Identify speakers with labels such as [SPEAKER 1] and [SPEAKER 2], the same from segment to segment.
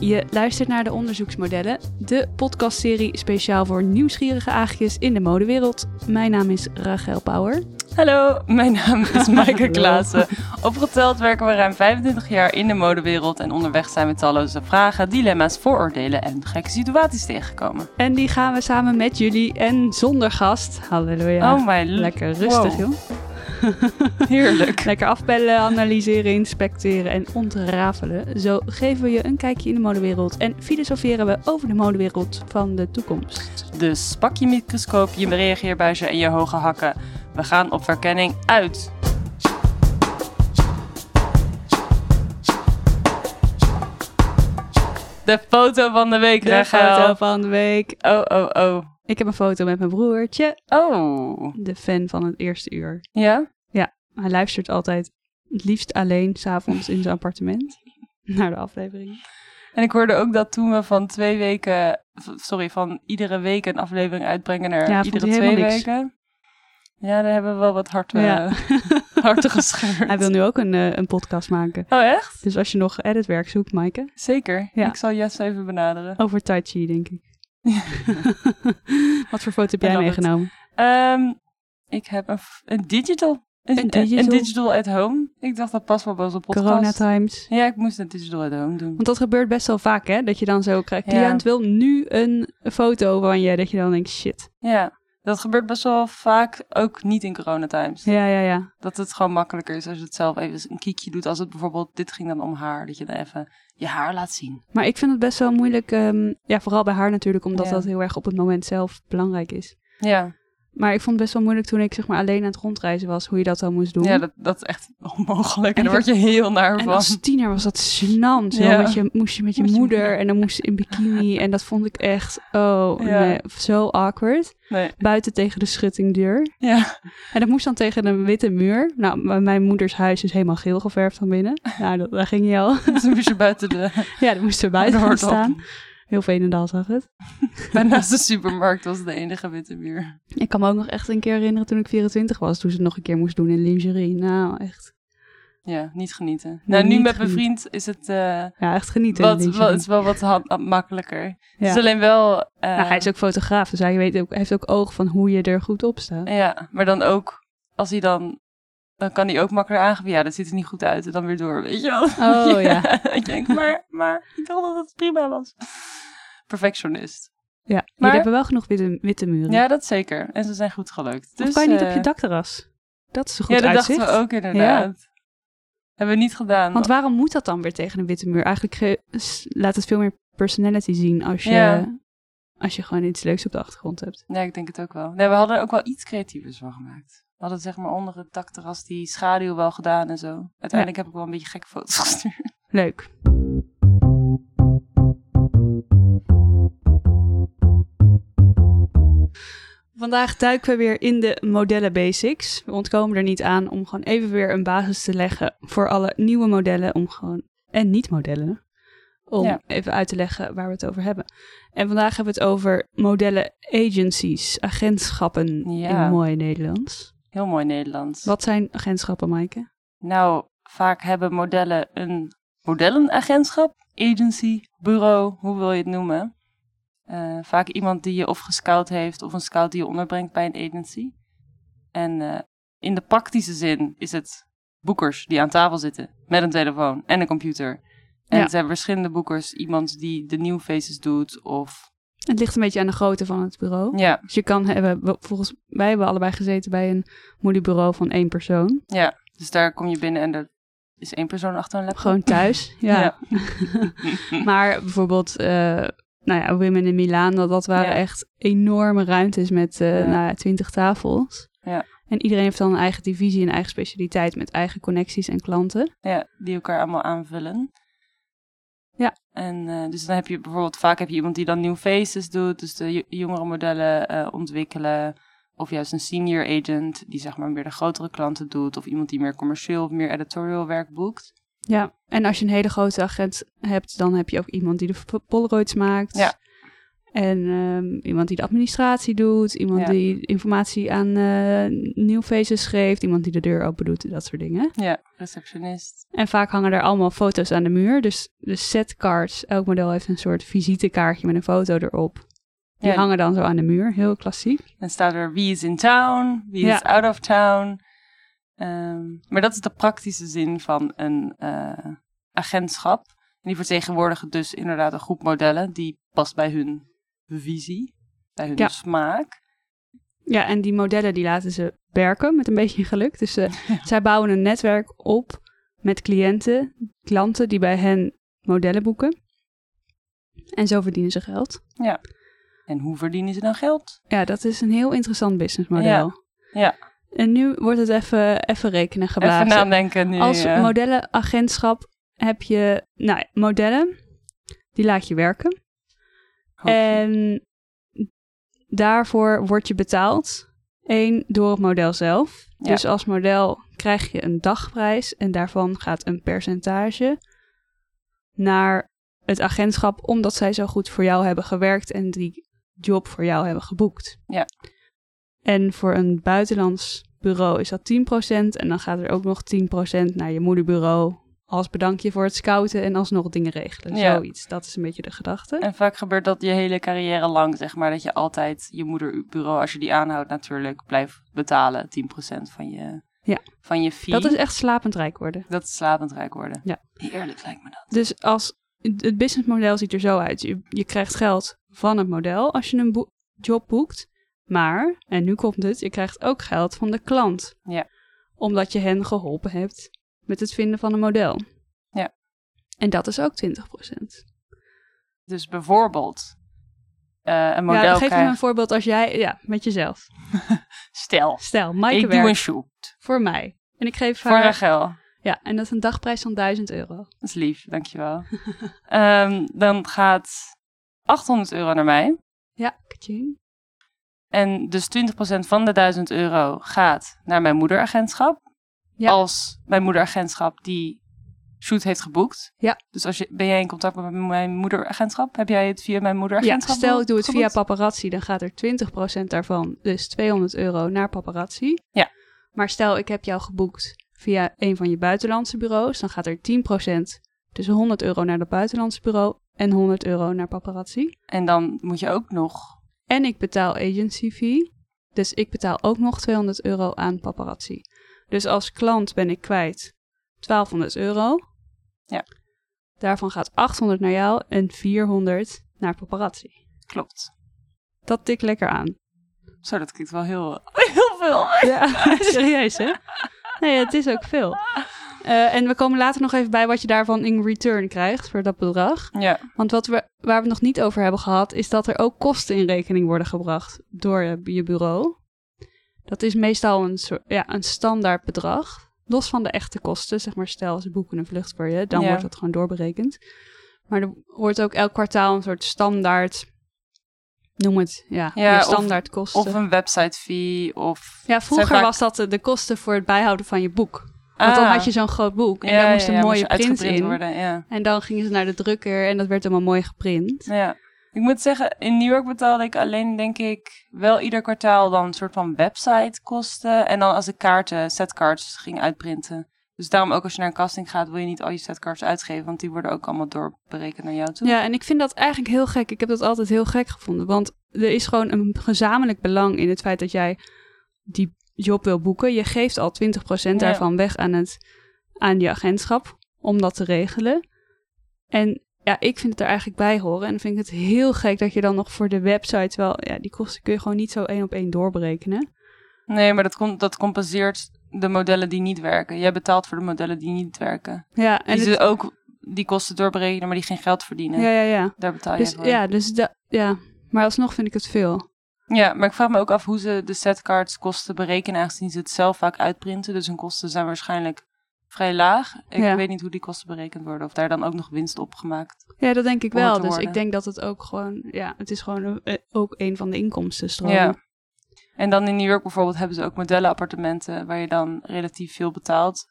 [SPEAKER 1] Je luistert naar de onderzoeksmodellen, de podcastserie speciaal voor nieuwsgierige aagjes in de modewereld. Mijn naam is Rachel Power.
[SPEAKER 2] Hallo, mijn naam is Maaike Klaassen. Opgeteld werken we ruim 25 jaar in de modewereld en onderweg zijn we talloze vragen, dilemma's, vooroordelen en gekke situaties tegengekomen.
[SPEAKER 1] En die gaan we samen met jullie en zonder gast. Halleluja.
[SPEAKER 2] oh my l-
[SPEAKER 1] Lekker rustig,
[SPEAKER 2] wow.
[SPEAKER 1] joh.
[SPEAKER 2] Heerlijk.
[SPEAKER 1] Lekker afbellen, analyseren, inspecteren en ontrafelen. Zo geven we je een kijkje in de modewereld en filosoferen we over de modewereld van de toekomst.
[SPEAKER 2] Dus pak je microscoop, je reageerbuisje en je hoge hakken. We gaan op verkenning uit. De foto van de week,
[SPEAKER 1] De
[SPEAKER 2] Rachel.
[SPEAKER 1] foto van de week.
[SPEAKER 2] Oh, oh, oh.
[SPEAKER 1] Ik heb een foto met mijn broertje,
[SPEAKER 2] Oh.
[SPEAKER 1] de fan van het eerste uur.
[SPEAKER 2] Ja?
[SPEAKER 1] Hij luistert altijd het liefst alleen s'avonds in zijn appartement naar de aflevering.
[SPEAKER 2] En ik hoorde ook dat toen we van twee weken, v- sorry, van iedere week een aflevering uitbrengen naar
[SPEAKER 1] Ja, vond
[SPEAKER 2] iedere
[SPEAKER 1] hij
[SPEAKER 2] twee
[SPEAKER 1] helemaal niks.
[SPEAKER 2] weken. Ja, daar hebben we wel wat harten,
[SPEAKER 1] Ja.
[SPEAKER 2] harten gescheurd.
[SPEAKER 1] Hij wil nu ook een, eh, een podcast maken.
[SPEAKER 2] Oh, echt?
[SPEAKER 1] Dus als je nog editwerk zoekt, Maaike,
[SPEAKER 2] Zeker.
[SPEAKER 1] Ja. Oh.
[SPEAKER 2] Ik zal Jess even benaderen.
[SPEAKER 1] over Tai Chi, denk ik. Wat voor foto heb
[SPEAKER 2] I
[SPEAKER 1] jij
[SPEAKER 2] love it.
[SPEAKER 1] meegenomen?
[SPEAKER 2] Ehm, ik heb een, f- een digital. Een,
[SPEAKER 1] Een
[SPEAKER 2] een- een
[SPEAKER 1] digital?
[SPEAKER 2] digital at home. Ik dacht dat past wel bij onze podcast.
[SPEAKER 1] Corona times.
[SPEAKER 2] Ja, ik moest een digital at home doen.
[SPEAKER 1] Want dat gebeurt best wel vaak, hè? Dat je dan zo krijgt,
[SPEAKER 2] Ja.
[SPEAKER 1] cliënt wil nu een foto van je, dat je dan denkt, shit.
[SPEAKER 2] Ja, dat gebeurt best wel vaak, ook niet in coronatimes.
[SPEAKER 1] Ja, ja, ja.
[SPEAKER 2] Dat het gewoon makkelijker is als je het zelf even een kiekje doet. Als het bijvoorbeeld, dit ging dan om haar, dat je dan even je haar laat zien.
[SPEAKER 1] Maar ik vind het best wel moeilijk, ehm, ja, vooral bij haar natuurlijk, omdat
[SPEAKER 2] Ja.
[SPEAKER 1] dat heel erg op het moment zelf belangrijk is.
[SPEAKER 2] Ja,
[SPEAKER 1] Maar ik vond het best wel moeilijk toen ik zeg maar alleen aan het rondreizen was, hoe je dat dan moest doen.
[SPEAKER 2] ja dat, dat is echt onmogelijk.
[SPEAKER 1] En
[SPEAKER 2] En daar word je heel naar
[SPEAKER 1] en
[SPEAKER 2] van.
[SPEAKER 1] als tiener was dat gênant. zo.
[SPEAKER 2] Ja.
[SPEAKER 1] Met je, moest je met je
[SPEAKER 2] Met je
[SPEAKER 1] moeder
[SPEAKER 2] moeder.
[SPEAKER 1] en dan moest je in bikini. En dat vond ik echt, oh,
[SPEAKER 2] Ja.
[SPEAKER 1] nee, zo awkward.
[SPEAKER 2] Nee,
[SPEAKER 1] Buiten tegen de schuttingdeur.
[SPEAKER 2] ja.
[SPEAKER 1] En dat moest dan tegen een witte muur. Nou, m- mijn moeders huis is helemaal geel geverfd van binnen. Nou, dat, daar ging je al.
[SPEAKER 2] Dat is een beetje buiten de...
[SPEAKER 1] ja, dat moest er buiten gaan
[SPEAKER 2] Noordop.
[SPEAKER 1] staan. Heel Veenendaal zag het.
[SPEAKER 2] Bij naast de supermarkt was het de enige witte muur.
[SPEAKER 1] Ik kan me ook nog echt een keer herinneren toen ik 24 was. Toen ze het nog een keer moest doen in lingerie. Nou, echt,
[SPEAKER 2] Ja, niet genieten.
[SPEAKER 1] Nee,
[SPEAKER 2] nou, nu
[SPEAKER 1] niet
[SPEAKER 2] met mijn
[SPEAKER 1] genieten.
[SPEAKER 2] vriend is het... eh,
[SPEAKER 1] ja, echt genieten in
[SPEAKER 2] wat,
[SPEAKER 1] lingerie.
[SPEAKER 2] wat, het is wel wat hand- hand- makkelijker. Het
[SPEAKER 1] Ja.
[SPEAKER 2] is alleen wel... eh,
[SPEAKER 1] Nou, hij is ook fotograaf, dus hij, weet ook, hij heeft ook oog van hoe je er goed op staat.
[SPEAKER 2] Ja, maar dan ook... Als hij dan... Dan kan hij ook makkelijker aangeven. Ja, dat ziet er niet goed uit. En dan weer door, weet je wel?
[SPEAKER 1] Oh, ja.
[SPEAKER 2] Ik denk, maar, maar ik dacht dat het prima was. Perfectionist.
[SPEAKER 1] Ja, jullie
[SPEAKER 2] Maar-
[SPEAKER 1] hebben wel genoeg witte, witte muren.
[SPEAKER 2] Ja, dat zeker. En ze zijn goed gelukt.
[SPEAKER 1] Mm. Of
[SPEAKER 2] Dus,
[SPEAKER 1] kan je niet op
[SPEAKER 2] eh,
[SPEAKER 1] je dakterras? Dat is een
[SPEAKER 2] Ja,
[SPEAKER 1] goed
[SPEAKER 2] dat
[SPEAKER 1] uitzicht.
[SPEAKER 2] dachten we ook inderdaad. Hebben we niet gedaan.
[SPEAKER 1] Want waarom moet dat dan weer tegen een witte muur? Eigenlijk ge- s- laat het veel meer personality zien als je,
[SPEAKER 2] Ja.
[SPEAKER 1] als je gewoon iets leuks op de achtergrond hebt.
[SPEAKER 2] Nee, ik denk het ook wel. Nee, we hadden er ook wel iets creatievers van gemaakt. We hadden zeg maar onder het dakterras die schaduw wel gedaan en zo. Uiteindelijk heb ik wel een beetje gekke foto's gestuurd.
[SPEAKER 1] Leuk. Vandaag duiken we weer in de modellen basics. We ontkomen er niet aan om gewoon even weer een basis te leggen voor alle nieuwe modellen om gewoon, en niet-modellen. Om
[SPEAKER 2] Ja.
[SPEAKER 1] even uit te leggen waar we het over hebben. En vandaag hebben we het over modellen agencies, agentschappen
[SPEAKER 2] Ja.
[SPEAKER 1] in mooi Nederlands.
[SPEAKER 2] Heel mooi Nederlands.
[SPEAKER 1] Wat zijn agentschappen, Maaike?
[SPEAKER 2] Nou, vaak hebben modellen een modellenagentschap, agency, bureau, hoe wil je het noemen. Eh, vaak iemand die je of gescout heeft of een scout die je onderbrengt bij een agency. En eh, in de praktische zin is het boekers die aan tafel zitten met een telefoon en een computer. En
[SPEAKER 1] Ja.
[SPEAKER 2] het zijn verschillende boekers. Iemand die de new faces doet of...
[SPEAKER 1] Het ligt een beetje aan de grootte van het bureau.
[SPEAKER 2] Ja,
[SPEAKER 1] Dus je kan hebben, we- volgens wij hebben allebei gezeten bij een moederbureau van één persoon.
[SPEAKER 2] ja. Dus daar kom je binnen en er is één persoon achter een laptop.
[SPEAKER 1] Gewoon thuis. Ja. maar bijvoorbeeld, eh, nou ja, Women in Milaan, dat, dat waren
[SPEAKER 2] Ja.
[SPEAKER 1] echt enorme ruimtes met eh
[SPEAKER 2] Ja.
[SPEAKER 1] nou ja, twintig tafels.
[SPEAKER 2] Ja.
[SPEAKER 1] En iedereen heeft dan een eigen divisie, een eigen specialiteit met eigen connecties en klanten.
[SPEAKER 2] Ja, die elkaar allemaal aanvullen.
[SPEAKER 1] Ja.
[SPEAKER 2] En eh, dus dan heb je bijvoorbeeld vaak heb je iemand die dan new faces doet, dus de jo- jongere modellen eh, ontwikkelen. Of juist een senior agent die zeg maar meer de grotere klanten doet. Of iemand die meer commercieel of meer editorial werk boekt.
[SPEAKER 1] Ja. En als je een hele grote agent hebt, dan heb je ook iemand die de Polaroids maakt.
[SPEAKER 2] Ja.
[SPEAKER 1] En ehm, iemand die de administratie doet, iemand
[SPEAKER 2] Ja.
[SPEAKER 1] die informatie aan eh nieuw faces geeft, iemand die de deur open doet, dat soort dingen.
[SPEAKER 2] Ja, receptionist.
[SPEAKER 1] En vaak hangen er allemaal foto's aan de muur. Dus de setcards, elk model heeft een soort visitekaartje met een foto erop. Die
[SPEAKER 2] Ja.
[SPEAKER 1] hangen dan zo aan de muur, heel klassiek.
[SPEAKER 2] Dan staat er wie is in town, wie
[SPEAKER 1] Ja.
[SPEAKER 2] is out of town. Ehm, maar dat is de praktische zin van een eh, agentschap. En die vertegenwoordigen dus inderdaad een groep modellen die past bij hun visie, bij hun
[SPEAKER 1] Ja.
[SPEAKER 2] smaak.
[SPEAKER 1] Ja, en die modellen die laten ze werken met een beetje geluk. Dus eh, zij bouwen een netwerk op met cliënten, klanten die bij hen modellen boeken. En zo verdienen ze geld.
[SPEAKER 2] En hoe verdienen ze dan geld?
[SPEAKER 1] Ja, dat is een heel interessant businessmodel.
[SPEAKER 2] Ja, ja.
[SPEAKER 1] En nu wordt het even, even rekenen geblazen.
[SPEAKER 2] Even nadenken nu.
[SPEAKER 1] Als
[SPEAKER 2] eh.
[SPEAKER 1] modellenagentschap heb je nou, ja, modellen, die laat je werken.
[SPEAKER 2] Hoop je.
[SPEAKER 1] En daarvoor word je betaald. Eén, door het model zelf.
[SPEAKER 2] Ja.
[SPEAKER 1] Dus als model krijg je een dagprijs en daarvan gaat een percentage naar het agentschap, omdat zij zo goed voor jou hebben gewerkt en die job voor jou hebben geboekt.
[SPEAKER 2] Ja.
[SPEAKER 1] En voor een buitenlands bureau is dat 10% en dan gaat er ook nog 10% naar je moederbureau als bedankje voor het scouten en alsnog dingen regelen.
[SPEAKER 2] Ja.
[SPEAKER 1] Zoiets, dat is een beetje de gedachte.
[SPEAKER 2] En vaak gebeurt dat je hele carrière lang, zeg maar, dat je altijd je moederbureau, als je die aanhoudt natuurlijk, blijft betalen 10% van je,
[SPEAKER 1] Ja.
[SPEAKER 2] van je fee.
[SPEAKER 1] Dat is echt slapend rijk worden.
[SPEAKER 2] Dat is slapend rijk worden.
[SPEAKER 1] Ja.
[SPEAKER 2] Heerlijk lijkt me dat.
[SPEAKER 1] Dus als het businessmodel ziet er zo uit. Je, je krijgt geld van het model als je een boe- job boekt. Maar, en nu komt het, je krijgt ook geld van de klant.
[SPEAKER 2] Ja.
[SPEAKER 1] Omdat je hen geholpen hebt met het vinden van een model.
[SPEAKER 2] Ja.
[SPEAKER 1] En dat is ook 20 procent.
[SPEAKER 2] Dus bijvoorbeeld, eh, een model
[SPEAKER 1] Ja, geef me
[SPEAKER 2] krijgt,
[SPEAKER 1] een voorbeeld als jij, ja, met jezelf.
[SPEAKER 2] stel,
[SPEAKER 1] Stel, Maaike
[SPEAKER 2] ik doe een
[SPEAKER 1] werkt
[SPEAKER 2] shoot
[SPEAKER 1] voor mij. En ik geef
[SPEAKER 2] voor
[SPEAKER 1] haar,
[SPEAKER 2] Rachel.
[SPEAKER 1] ja, en dat is een dagprijs van 1000 euro.
[SPEAKER 2] Dat is lief, dankjewel. Ehm dan gaat 800 euro naar mij.
[SPEAKER 1] Ja, kaching.
[SPEAKER 2] En dus 20% van de 1000 euro gaat naar mijn moederagentschap.
[SPEAKER 1] Ja.
[SPEAKER 2] Als mijn moederagentschap die shoot heeft geboekt.
[SPEAKER 1] Ja.
[SPEAKER 2] Dus als je, ben jij in contact met mijn moederagentschap? Heb jij het via mijn
[SPEAKER 1] Ja,
[SPEAKER 2] moederagentschap
[SPEAKER 1] stel ik doe het via
[SPEAKER 2] geboekt?
[SPEAKER 1] paparazzi, dan gaat er 20% daarvan, dus 200 euro, naar paparazzi.
[SPEAKER 2] Ja.
[SPEAKER 1] Maar stel ik heb jou geboekt via een van je buitenlandse bureaus, dan gaat er 10%, dus 100 euro naar dat buitenlandse bureau en 100 euro naar paparazzi.
[SPEAKER 2] En dan moet je ook nog...
[SPEAKER 1] En ik betaal agency fee, dus ik betaal ook nog 200 euro aan paparazzi. Dus als klant ben ik kwijt 1200 euro.
[SPEAKER 2] Ja.
[SPEAKER 1] Daarvan gaat 800 naar jou en 400 naar paparazzi.
[SPEAKER 2] Klopt.
[SPEAKER 1] Dat tik lekker aan.
[SPEAKER 2] Zo, dat klinkt wel heel, eh, heel veel.
[SPEAKER 1] Ja, serieus hè? Nee, het is ook veel. Eh, en we komen later nog even bij wat je daarvan in return krijgt voor dat bedrag.
[SPEAKER 2] Ja,
[SPEAKER 1] Want wat we, waar we het nog niet over hebben gehad, is dat er ook kosten in rekening worden gebracht door je, je bureau. Dat is meestal een, soort, ja, een standaard bedrag. Los van de echte kosten, zeg maar stel ze boeken een vlucht voor je, dan
[SPEAKER 2] Ja.
[SPEAKER 1] wordt dat gewoon doorberekend. Maar er wordt ook elk kwartaal een soort standaard, noem het, ja,
[SPEAKER 2] Ja,
[SPEAKER 1] je
[SPEAKER 2] of-
[SPEAKER 1] standaard kosten.
[SPEAKER 2] of een website fee of...
[SPEAKER 1] Ja,
[SPEAKER 2] Zijn
[SPEAKER 1] vroeger
[SPEAKER 2] vaak-
[SPEAKER 1] was dat eh, de, de kosten voor het bijhouden van je boek. Want dan
[SPEAKER 2] Ah.
[SPEAKER 1] had je zo'n groot boek en
[SPEAKER 2] Ja,
[SPEAKER 1] daar moest
[SPEAKER 2] ja,
[SPEAKER 1] een
[SPEAKER 2] ja,
[SPEAKER 1] mooie
[SPEAKER 2] moest
[SPEAKER 1] print
[SPEAKER 2] uitgeprint
[SPEAKER 1] in.
[SPEAKER 2] worden, ja.
[SPEAKER 1] En dan gingen ze naar de drukker en dat werd allemaal mooi geprint.
[SPEAKER 2] Ja. Ik moet zeggen, in New York betaalde ik alleen, denk ik, wel ieder kwartaal dan een soort van website kosten. En dan als ik kaarten, setcards ging uitprinten. Dus daarom ook als je naar een casting gaat, wil je niet al je setcards uitgeven. Want die worden ook allemaal doorberekend naar jou toe.
[SPEAKER 1] Ja, en ik vind dat eigenlijk heel gek. Ik heb dat altijd heel gek gevonden. Want er is gewoon een gezamenlijk belang in het feit dat jij die job wil boeken. Je geeft al 20% daarvan weg aan, het, aan je agentschap om dat te regelen. En ja, ik vind het er eigenlijk bij horen. En dan vind ik het heel gek dat je dan nog voor de website wel... Ja, die kosten kun je gewoon niet zo één op één doorberekenen.
[SPEAKER 2] Nee, maar dat, com- dat compenseert de modellen die niet werken. Jij betaalt voor de modellen die niet werken.
[SPEAKER 1] Ja,
[SPEAKER 2] En
[SPEAKER 1] en
[SPEAKER 2] die
[SPEAKER 1] het-
[SPEAKER 2] ze ook die kosten doorberekenen, maar die geen geld verdienen.
[SPEAKER 1] ja, ja, ja.
[SPEAKER 2] Daar betaal je
[SPEAKER 1] Dus,
[SPEAKER 2] voor.
[SPEAKER 1] ja, dus da- ja, maar alsnog vind ik het veel.
[SPEAKER 2] Ja, maar ik vraag me ook af hoe ze de setcards kosten berekenen, aangezien ze het zelf vaak uitprinten. Dus hun kosten zijn waarschijnlijk vrij laag. Ik
[SPEAKER 1] Ja.
[SPEAKER 2] weet niet hoe die kosten berekend worden, of daar dan ook nog winst op gemaakt.
[SPEAKER 1] Ja, dat denk ik
[SPEAKER 2] Om het
[SPEAKER 1] wel.
[SPEAKER 2] te
[SPEAKER 1] Dus ik
[SPEAKER 2] worden.
[SPEAKER 1] denk dat het ook gewoon, ja, het is gewoon een- eh, ook een van de inkomstenstromen.
[SPEAKER 2] Ja. En dan in New York bijvoorbeeld hebben ze ook modellenappartementen, waar je dan relatief veel betaalt,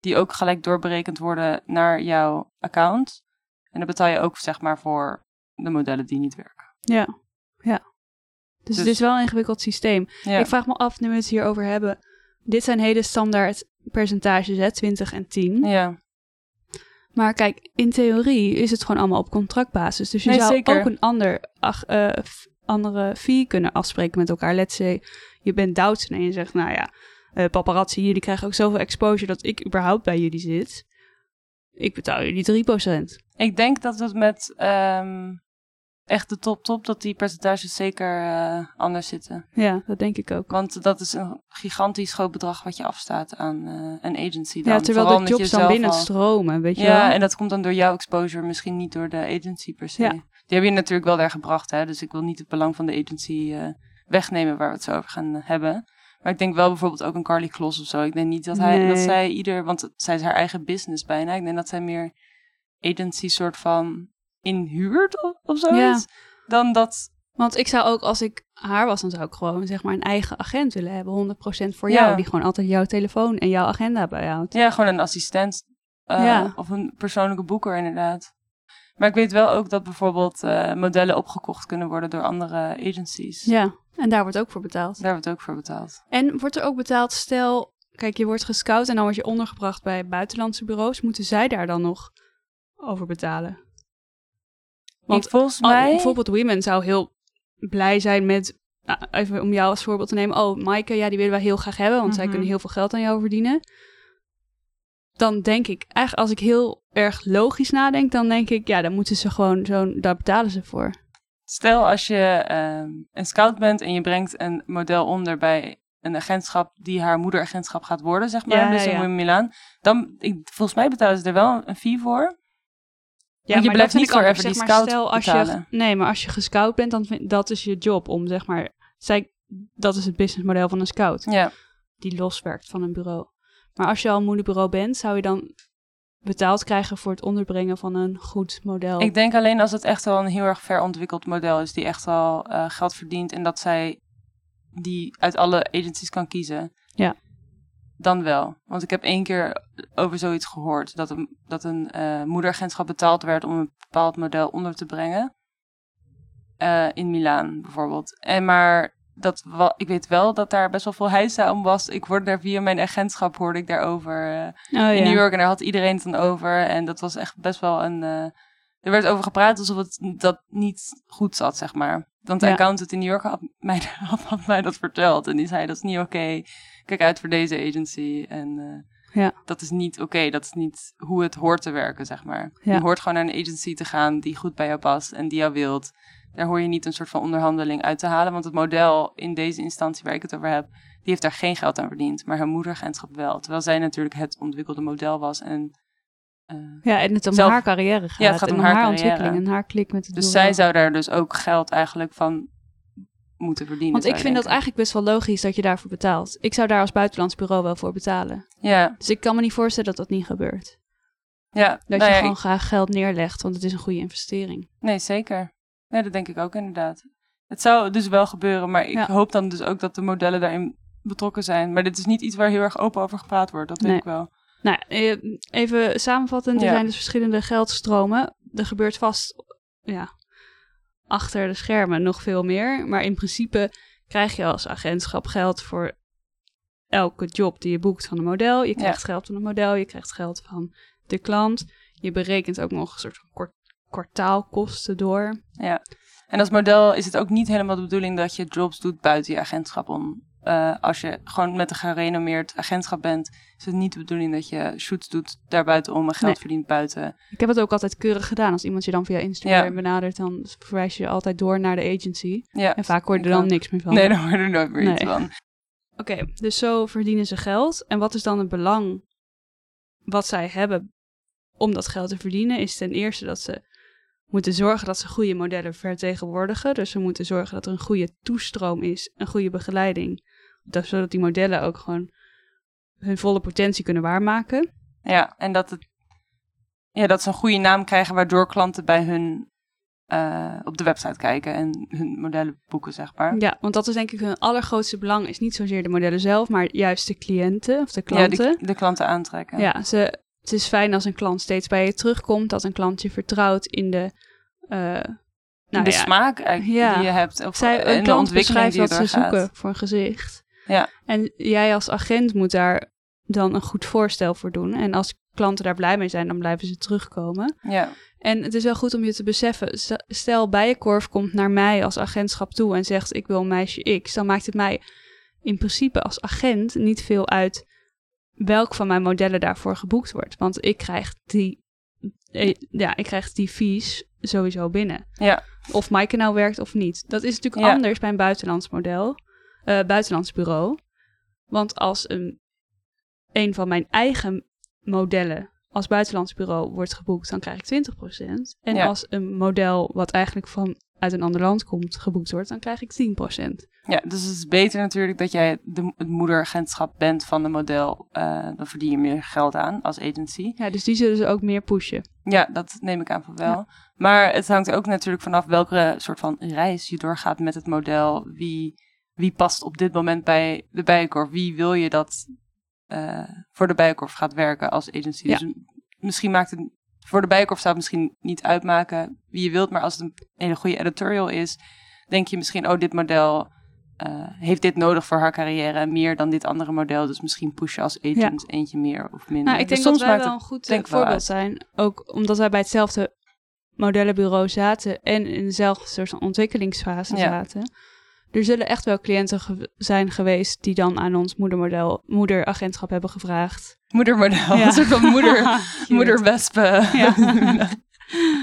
[SPEAKER 2] die ook gelijk doorberekend worden naar jouw account. En dan betaal je ook, zeg maar, voor de modellen die niet werken.
[SPEAKER 1] Ja, ja. Dus, het
[SPEAKER 2] Dus-
[SPEAKER 1] is wel een ingewikkeld systeem.
[SPEAKER 2] Ja.
[SPEAKER 1] Ik vraag me af, nu we het hierover hebben. Dit zijn hele standaard percentages, hè, 20 en 10.
[SPEAKER 2] ja.
[SPEAKER 1] Maar kijk, in theorie is het gewoon allemaal op contractbasis. Dus je
[SPEAKER 2] Nee,
[SPEAKER 1] zou
[SPEAKER 2] zeker.
[SPEAKER 1] ook een ander, ach, eh, f- andere fee kunnen afspreken met elkaar. Let's say, je bent Doutzen en je zegt, nou ja, eh, paparazzi, jullie krijgen ook zoveel exposure dat ik überhaupt bij jullie zit. Ik betaal jullie 3%.
[SPEAKER 2] Ik denk dat het met ehm, echt de top-top, dat die percentages zeker eh, anders zitten.
[SPEAKER 1] Ja, dat denk ik ook.
[SPEAKER 2] Want dat is een gigantisch groot bedrag wat je afstaat aan eh, een agency. Dan.
[SPEAKER 1] Ja, terwijl
[SPEAKER 2] Vooral
[SPEAKER 1] de
[SPEAKER 2] omdat
[SPEAKER 1] jobs
[SPEAKER 2] je
[SPEAKER 1] dan
[SPEAKER 2] zelf
[SPEAKER 1] binnen
[SPEAKER 2] al-
[SPEAKER 1] stromen, weet je wel?
[SPEAKER 2] Ja, en dat komt dan door jouw exposure, misschien niet door de agency per se.
[SPEAKER 1] Ja.
[SPEAKER 2] Die heb je natuurlijk wel daar gebracht, hè? dus ik wil niet het belang van de agency eh, wegnemen waar we het zo over gaan eh, hebben. Maar ik denk wel bijvoorbeeld ook een Carly Kloss of zo. Ik denk niet dat, hij, dat
[SPEAKER 1] Nee.
[SPEAKER 2] zij ieder, want het- zij is haar eigen business bijna. Ik denk dat zij meer agency soort van inhuurt of, of zo
[SPEAKER 1] Ja.
[SPEAKER 2] is, dan dat...
[SPEAKER 1] Want ik zou ook, als ik haar was, dan zou ik gewoon zeg maar een eigen agent willen hebben. 100% voor
[SPEAKER 2] Ja.
[SPEAKER 1] jou. Die gewoon altijd jouw telefoon en jouw agenda bijhoudt.
[SPEAKER 2] Ja, gewoon een assistent eh,
[SPEAKER 1] Ja.
[SPEAKER 2] of een persoonlijke boeker inderdaad. Maar ik weet wel ook dat bijvoorbeeld eh, modellen opgekocht kunnen worden door andere agencies.
[SPEAKER 1] Ja, en daar wordt ook voor betaald.
[SPEAKER 2] Daar wordt ook voor betaald.
[SPEAKER 1] En wordt er ook betaald, stel, kijk, je wordt gescout en dan word je ondergebracht bij buitenlandse bureaus. Moeten zij daar dan nog over betalen? Want
[SPEAKER 2] Want volgens
[SPEAKER 1] Oh,
[SPEAKER 2] mij.
[SPEAKER 1] bijvoorbeeld Women zou heel blij zijn met, nou, even om jou als voorbeeld te nemen. Oh, Maaike, ja, die willen wij heel graag hebben, want zij
[SPEAKER 2] Mhm.
[SPEAKER 1] kunnen heel veel geld aan jou verdienen. Dan denk ik, eigenlijk als ik heel erg logisch nadenk, dan denk ik, ja, dan moeten ze gewoon zo'n, daar betalen ze voor.
[SPEAKER 2] Stel als je ehm, een scout bent en je brengt een model onder bij een agentschap die haar moederagentschap gaat worden, zeg maar.
[SPEAKER 1] Ja, ja,
[SPEAKER 2] dus
[SPEAKER 1] ja.
[SPEAKER 2] in Milaan. Dan, ik, volgens mij betalen ze er wel een fee voor.
[SPEAKER 1] Ja,
[SPEAKER 2] Want je
[SPEAKER 1] maar
[SPEAKER 2] blijft
[SPEAKER 1] dat
[SPEAKER 2] niet
[SPEAKER 1] vind ik
[SPEAKER 2] voor
[SPEAKER 1] ook,
[SPEAKER 2] even die
[SPEAKER 1] zeg
[SPEAKER 2] scout
[SPEAKER 1] stel als
[SPEAKER 2] betalen.
[SPEAKER 1] Je, nee, maar als je gescout bent, dan vind, dat is je job om, zeg maar, zij, dat is het businessmodel van een scout,
[SPEAKER 2] Ja.
[SPEAKER 1] die loswerkt van een bureau. Maar als je al een moederbureau bent, zou je dan betaald krijgen voor het onderbrengen van een goed model.
[SPEAKER 2] Ik denk alleen als het echt al een heel erg ver ontwikkeld model is, die echt al eh, geld verdient en dat zij die uit alle agencies kan kiezen.
[SPEAKER 1] Ja.
[SPEAKER 2] Dan wel. Want ik heb één keer over zoiets gehoord. Dat een, dat een eh, moederagentschap betaald werd om een bepaald model onder te brengen. Eh, in Milaan bijvoorbeeld. En maar dat wa- ik weet wel dat daar best wel veel heisa om was. Ik word daar via mijn agentschap hoorde ik daarover. eh,
[SPEAKER 1] oh,
[SPEAKER 2] in
[SPEAKER 1] ja.
[SPEAKER 2] New York. En daar had iedereen het dan over. En dat was echt best wel een... eh, er werd over gepraat alsof het dat niet goed zat, zeg maar. Want de
[SPEAKER 1] Ja.
[SPEAKER 2] accountant in New York had mij, had, had mij dat verteld. En die zei, dat is niet oké. Kijk uit voor deze agency. En eh,
[SPEAKER 1] Ja.
[SPEAKER 2] dat is niet oké. Dat is niet hoe het hoort te werken, zeg maar.
[SPEAKER 1] Ja.
[SPEAKER 2] Je hoort gewoon naar een agency te gaan die goed bij jou past en die jou wilt. Daar hoor je niet een soort van onderhandeling uit te halen. Want het model in deze instantie waar ik het over heb, die heeft daar geen geld aan verdiend, maar haar moederagentschap wel. Terwijl zij natuurlijk het ontwikkelde model was. En, eh,
[SPEAKER 1] Ja, en het om
[SPEAKER 2] Zelf-
[SPEAKER 1] haar carrière gaat.
[SPEAKER 2] gaat
[SPEAKER 1] en
[SPEAKER 2] om haar carrière.
[SPEAKER 1] ontwikkeling en haar klik met het
[SPEAKER 2] dus
[SPEAKER 1] bureau.
[SPEAKER 2] zij zou daar dus ook geld eigenlijk van moeten verdienen.
[SPEAKER 1] Want ik
[SPEAKER 2] zou
[SPEAKER 1] vind dat
[SPEAKER 2] je denken.
[SPEAKER 1] eigenlijk best wel logisch dat je daarvoor betaalt. Ik zou daar als buitenlands bureau wel voor betalen.
[SPEAKER 2] Ja,
[SPEAKER 1] Dus ik kan me niet voorstellen dat dat niet gebeurt.
[SPEAKER 2] ja.
[SPEAKER 1] Dat
[SPEAKER 2] Nou
[SPEAKER 1] je
[SPEAKER 2] ja,
[SPEAKER 1] gewoon graag geld neerlegt, want het is een goede investering.
[SPEAKER 2] Nee, zeker. Nee, dat denk ik ook inderdaad. Het zou dus wel gebeuren, maar ik
[SPEAKER 1] Ja.
[SPEAKER 2] hoop dan dus ook dat de modellen daarin betrokken zijn. Maar dit is niet iets waar heel erg open over gepraat wordt, dat weet
[SPEAKER 1] Nee.
[SPEAKER 2] ik wel.
[SPEAKER 1] Nou, ja, eh, even samenvattend, er
[SPEAKER 2] Ja.
[SPEAKER 1] zijn dus verschillende geldstromen. Er gebeurt vast, ja, achter de schermen nog veel meer. Maar in principe krijg je als agentschap geld voor elke job die je boekt van een model. Je krijgt geld van een model, je krijgt geld van de klant. Je berekent ook nog een soort van kort, kwartaalkosten door.
[SPEAKER 2] En als model is het ook niet helemaal de bedoeling dat je jobs doet buiten je agentschap om. Eh, als je gewoon met een gerenommeerd agentschap bent, is het niet de bedoeling dat je shoots doet daarbuiten om en geld
[SPEAKER 1] Nee.
[SPEAKER 2] verdient buiten.
[SPEAKER 1] Ik heb het ook altijd keurig gedaan. Als iemand je dan via Instagram
[SPEAKER 2] Ja.
[SPEAKER 1] benadert, dan verwijs je altijd door naar de agency.
[SPEAKER 2] Ja.
[SPEAKER 1] En vaak hoor je er
[SPEAKER 2] Ik
[SPEAKER 1] dan
[SPEAKER 2] ook.
[SPEAKER 1] niks meer van.
[SPEAKER 2] Nee, daar hoor je er nooit meer iets
[SPEAKER 1] Nee.
[SPEAKER 2] van.
[SPEAKER 1] Oké, dus zo verdienen ze geld. En wat is dan het belang wat zij hebben om dat geld te verdienen? Is ten eerste dat ze moeten zorgen dat ze goede modellen vertegenwoordigen. Dus ze moeten zorgen dat er een goede toestroom is, een goede begeleiding. Dat, zodat die modellen ook gewoon hun volle potentie kunnen waarmaken.
[SPEAKER 2] Ja, en dat, het, ja, dat ze een goede naam krijgen, waardoor klanten bij hun eh, op de website kijken en hun modellen boeken, zeg maar.
[SPEAKER 1] Ja, want dat is denk ik hun allergrootste belang. Is niet zozeer de modellen zelf, maar juist de cliënten of de
[SPEAKER 2] Ja,
[SPEAKER 1] klanten.
[SPEAKER 2] de, de klanten aantrekken.
[SPEAKER 1] Ja, ze, het is fijn als een klant steeds bij je terugkomt, dat een klant je vertrouwt in de eh, nou ja,
[SPEAKER 2] de smaak eigenlijk
[SPEAKER 1] Ja.
[SPEAKER 2] die je hebt. Of
[SPEAKER 1] zij,
[SPEAKER 2] eh,
[SPEAKER 1] een
[SPEAKER 2] en de
[SPEAKER 1] klant
[SPEAKER 2] ontwikkeling
[SPEAKER 1] beschrijft
[SPEAKER 2] die je
[SPEAKER 1] wat ze
[SPEAKER 2] doorgaat.
[SPEAKER 1] zoeken voor een gezicht.
[SPEAKER 2] Ja.
[SPEAKER 1] En jij als agent moet daar dan een goed voorstel voor doen. En als klanten daar blij mee zijn, dan blijven ze terugkomen.
[SPEAKER 2] Ja,
[SPEAKER 1] En het is wel goed om je te beseffen. s- Stel, Bijenkorf komt naar mij als agentschap toe en zegt: Ik wil meisje X. Dan maakt het mij in principe als agent niet veel uit welk van mijn modellen daarvoor geboekt wordt. Want ik krijg die, eh, ja, ik krijg die fees sowieso binnen.
[SPEAKER 2] Ja.
[SPEAKER 1] Of Maaike nou werkt of niet. Dat is natuurlijk
[SPEAKER 2] Ja.
[SPEAKER 1] anders bij een buitenlands model, eh, buitenlands bureau. Want als een, een van mijn eigen modellen als buitenlands bureau wordt geboekt, dan krijg ik 20%. En
[SPEAKER 2] Ja.
[SPEAKER 1] als een model wat eigenlijk van uit een ander land komt geboekt wordt, dan krijg ik 10%.
[SPEAKER 2] ja, dus het is beter natuurlijk dat jij de, het moederagentschap bent van de model. eh, dan verdien je meer geld aan als agency.
[SPEAKER 1] Ja, dus die zullen ze ook meer pushen.
[SPEAKER 2] Ja, dat neem ik aan van wel. Maar het hangt ook natuurlijk vanaf welke soort van reis je doorgaat met het model. Wie, wie past op dit moment bij de Bijenkorf? Wie wil je dat eh, voor de Bijenkorf gaat werken als agency?
[SPEAKER 1] Ja.
[SPEAKER 2] Dus m- misschien maakt het voor de Bijenkorf zou het misschien niet uitmaken wie je wilt. Maar als het een hele goede editorial is, denk je misschien, oh, dit model eh, heeft dit nodig voor haar carrière. Meer dan dit andere model. Dus misschien push je als agent eentje meer of minder.
[SPEAKER 1] Nou, ik denk
[SPEAKER 2] Dus
[SPEAKER 1] dat
[SPEAKER 2] soms
[SPEAKER 1] wij
[SPEAKER 2] maakt
[SPEAKER 1] wel
[SPEAKER 2] het-
[SPEAKER 1] een goed eh,
[SPEAKER 2] denk ik wel
[SPEAKER 1] voorbeeld
[SPEAKER 2] uit.
[SPEAKER 1] zijn. Ook omdat wij bij hetzelfde modellenbureau zaten en in dezelfde soort van ontwikkelingsfase
[SPEAKER 2] Ja.
[SPEAKER 1] zaten. Er zullen echt wel cliënten ge- zijn geweest die dan aan ons moedermodel, moederagentschap hebben gevraagd.
[SPEAKER 2] moedermodel.
[SPEAKER 1] Ja.
[SPEAKER 2] Een soort van moeder,
[SPEAKER 1] Cute.
[SPEAKER 2] moederwespen.
[SPEAKER 1] Ja.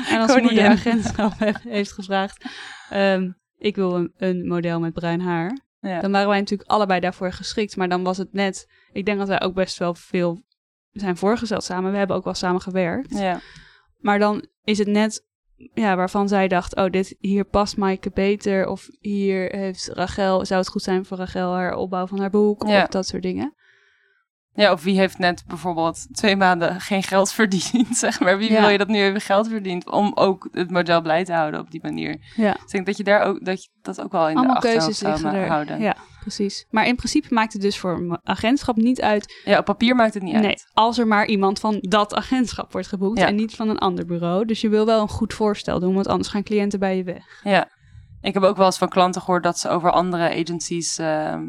[SPEAKER 1] En als
[SPEAKER 2] Koningin.
[SPEAKER 1] moeder agentschap he- heeft gevraagd, ehm, ik wil een, een model met bruin haar.
[SPEAKER 2] Ja.
[SPEAKER 1] Dan waren wij natuurlijk allebei daarvoor geschikt. Maar dan was het net, ik denk dat wij ook best wel veel zijn voorgesteld samen. We hebben ook wel samen gewerkt.
[SPEAKER 2] ja.
[SPEAKER 1] Maar dan is het net ja, waarvan zij dacht, oh, dit, hier past Maaike beter. Of hier heeft Rachel, zou het goed zijn voor Rachel haar opbouw van haar boek.
[SPEAKER 2] Ja.
[SPEAKER 1] Of dat soort dingen.
[SPEAKER 2] ja, of wie heeft net bijvoorbeeld twee maanden geen geld verdiend, zeg maar. Wie
[SPEAKER 1] Ja.
[SPEAKER 2] wil je dat nu even geld verdient om ook het model blij te houden op die manier?
[SPEAKER 1] Ja.
[SPEAKER 2] Dus ik denk dat je daar ook, dat je dat ook wel in
[SPEAKER 1] Allemaal
[SPEAKER 2] de achterhoofd
[SPEAKER 1] keuzes
[SPEAKER 2] zou
[SPEAKER 1] liggen
[SPEAKER 2] ma-
[SPEAKER 1] er.
[SPEAKER 2] houden. Ja.
[SPEAKER 1] Ja, precies. Maar in principe maakt het dus voor een agentschap niet uit
[SPEAKER 2] op papier maakt het niet
[SPEAKER 1] Nee,
[SPEAKER 2] uit.
[SPEAKER 1] als er maar iemand van dat agentschap wordt geboekt
[SPEAKER 2] Ja.
[SPEAKER 1] en niet van een ander bureau. Dus je wil wel een goed voorstel doen, want anders gaan cliënten bij je weg.
[SPEAKER 2] Ja. Ik heb ook wel eens van klanten gehoord dat ze over andere agencies ehm,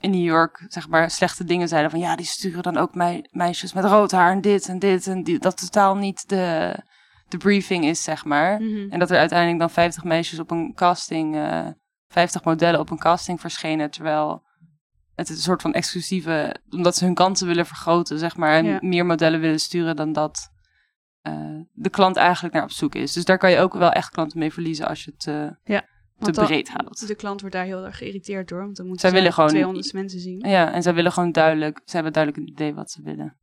[SPEAKER 2] in New York, zeg maar, slechte dingen zeiden. Van ja, die sturen dan ook mei- meisjes met rood haar en dit en dit. En die, dat totaal niet de, de briefing is, zeg maar. En dat er uiteindelijk dan 50 meisjes op een casting, eh 50 modellen op een casting verschenen. Terwijl het een soort van exclusieve, omdat ze hun kansen willen vergroten, zeg maar. En
[SPEAKER 1] Ja.
[SPEAKER 2] meer modellen willen sturen dan dat eh, de klant eigenlijk naar op zoek is. Dus daar kan je ook wel echt klanten mee verliezen als je het eh, te
[SPEAKER 1] Want dan-
[SPEAKER 2] breed houdt.
[SPEAKER 1] De klant wordt daar heel erg geïrriteerd door, want dan moeten
[SPEAKER 2] Zij
[SPEAKER 1] ze
[SPEAKER 2] willen gewoon-
[SPEAKER 1] 200 mensen zien.
[SPEAKER 2] Ja, en zij willen gewoon duidelijk, ze hebben duidelijk een idee wat ze willen.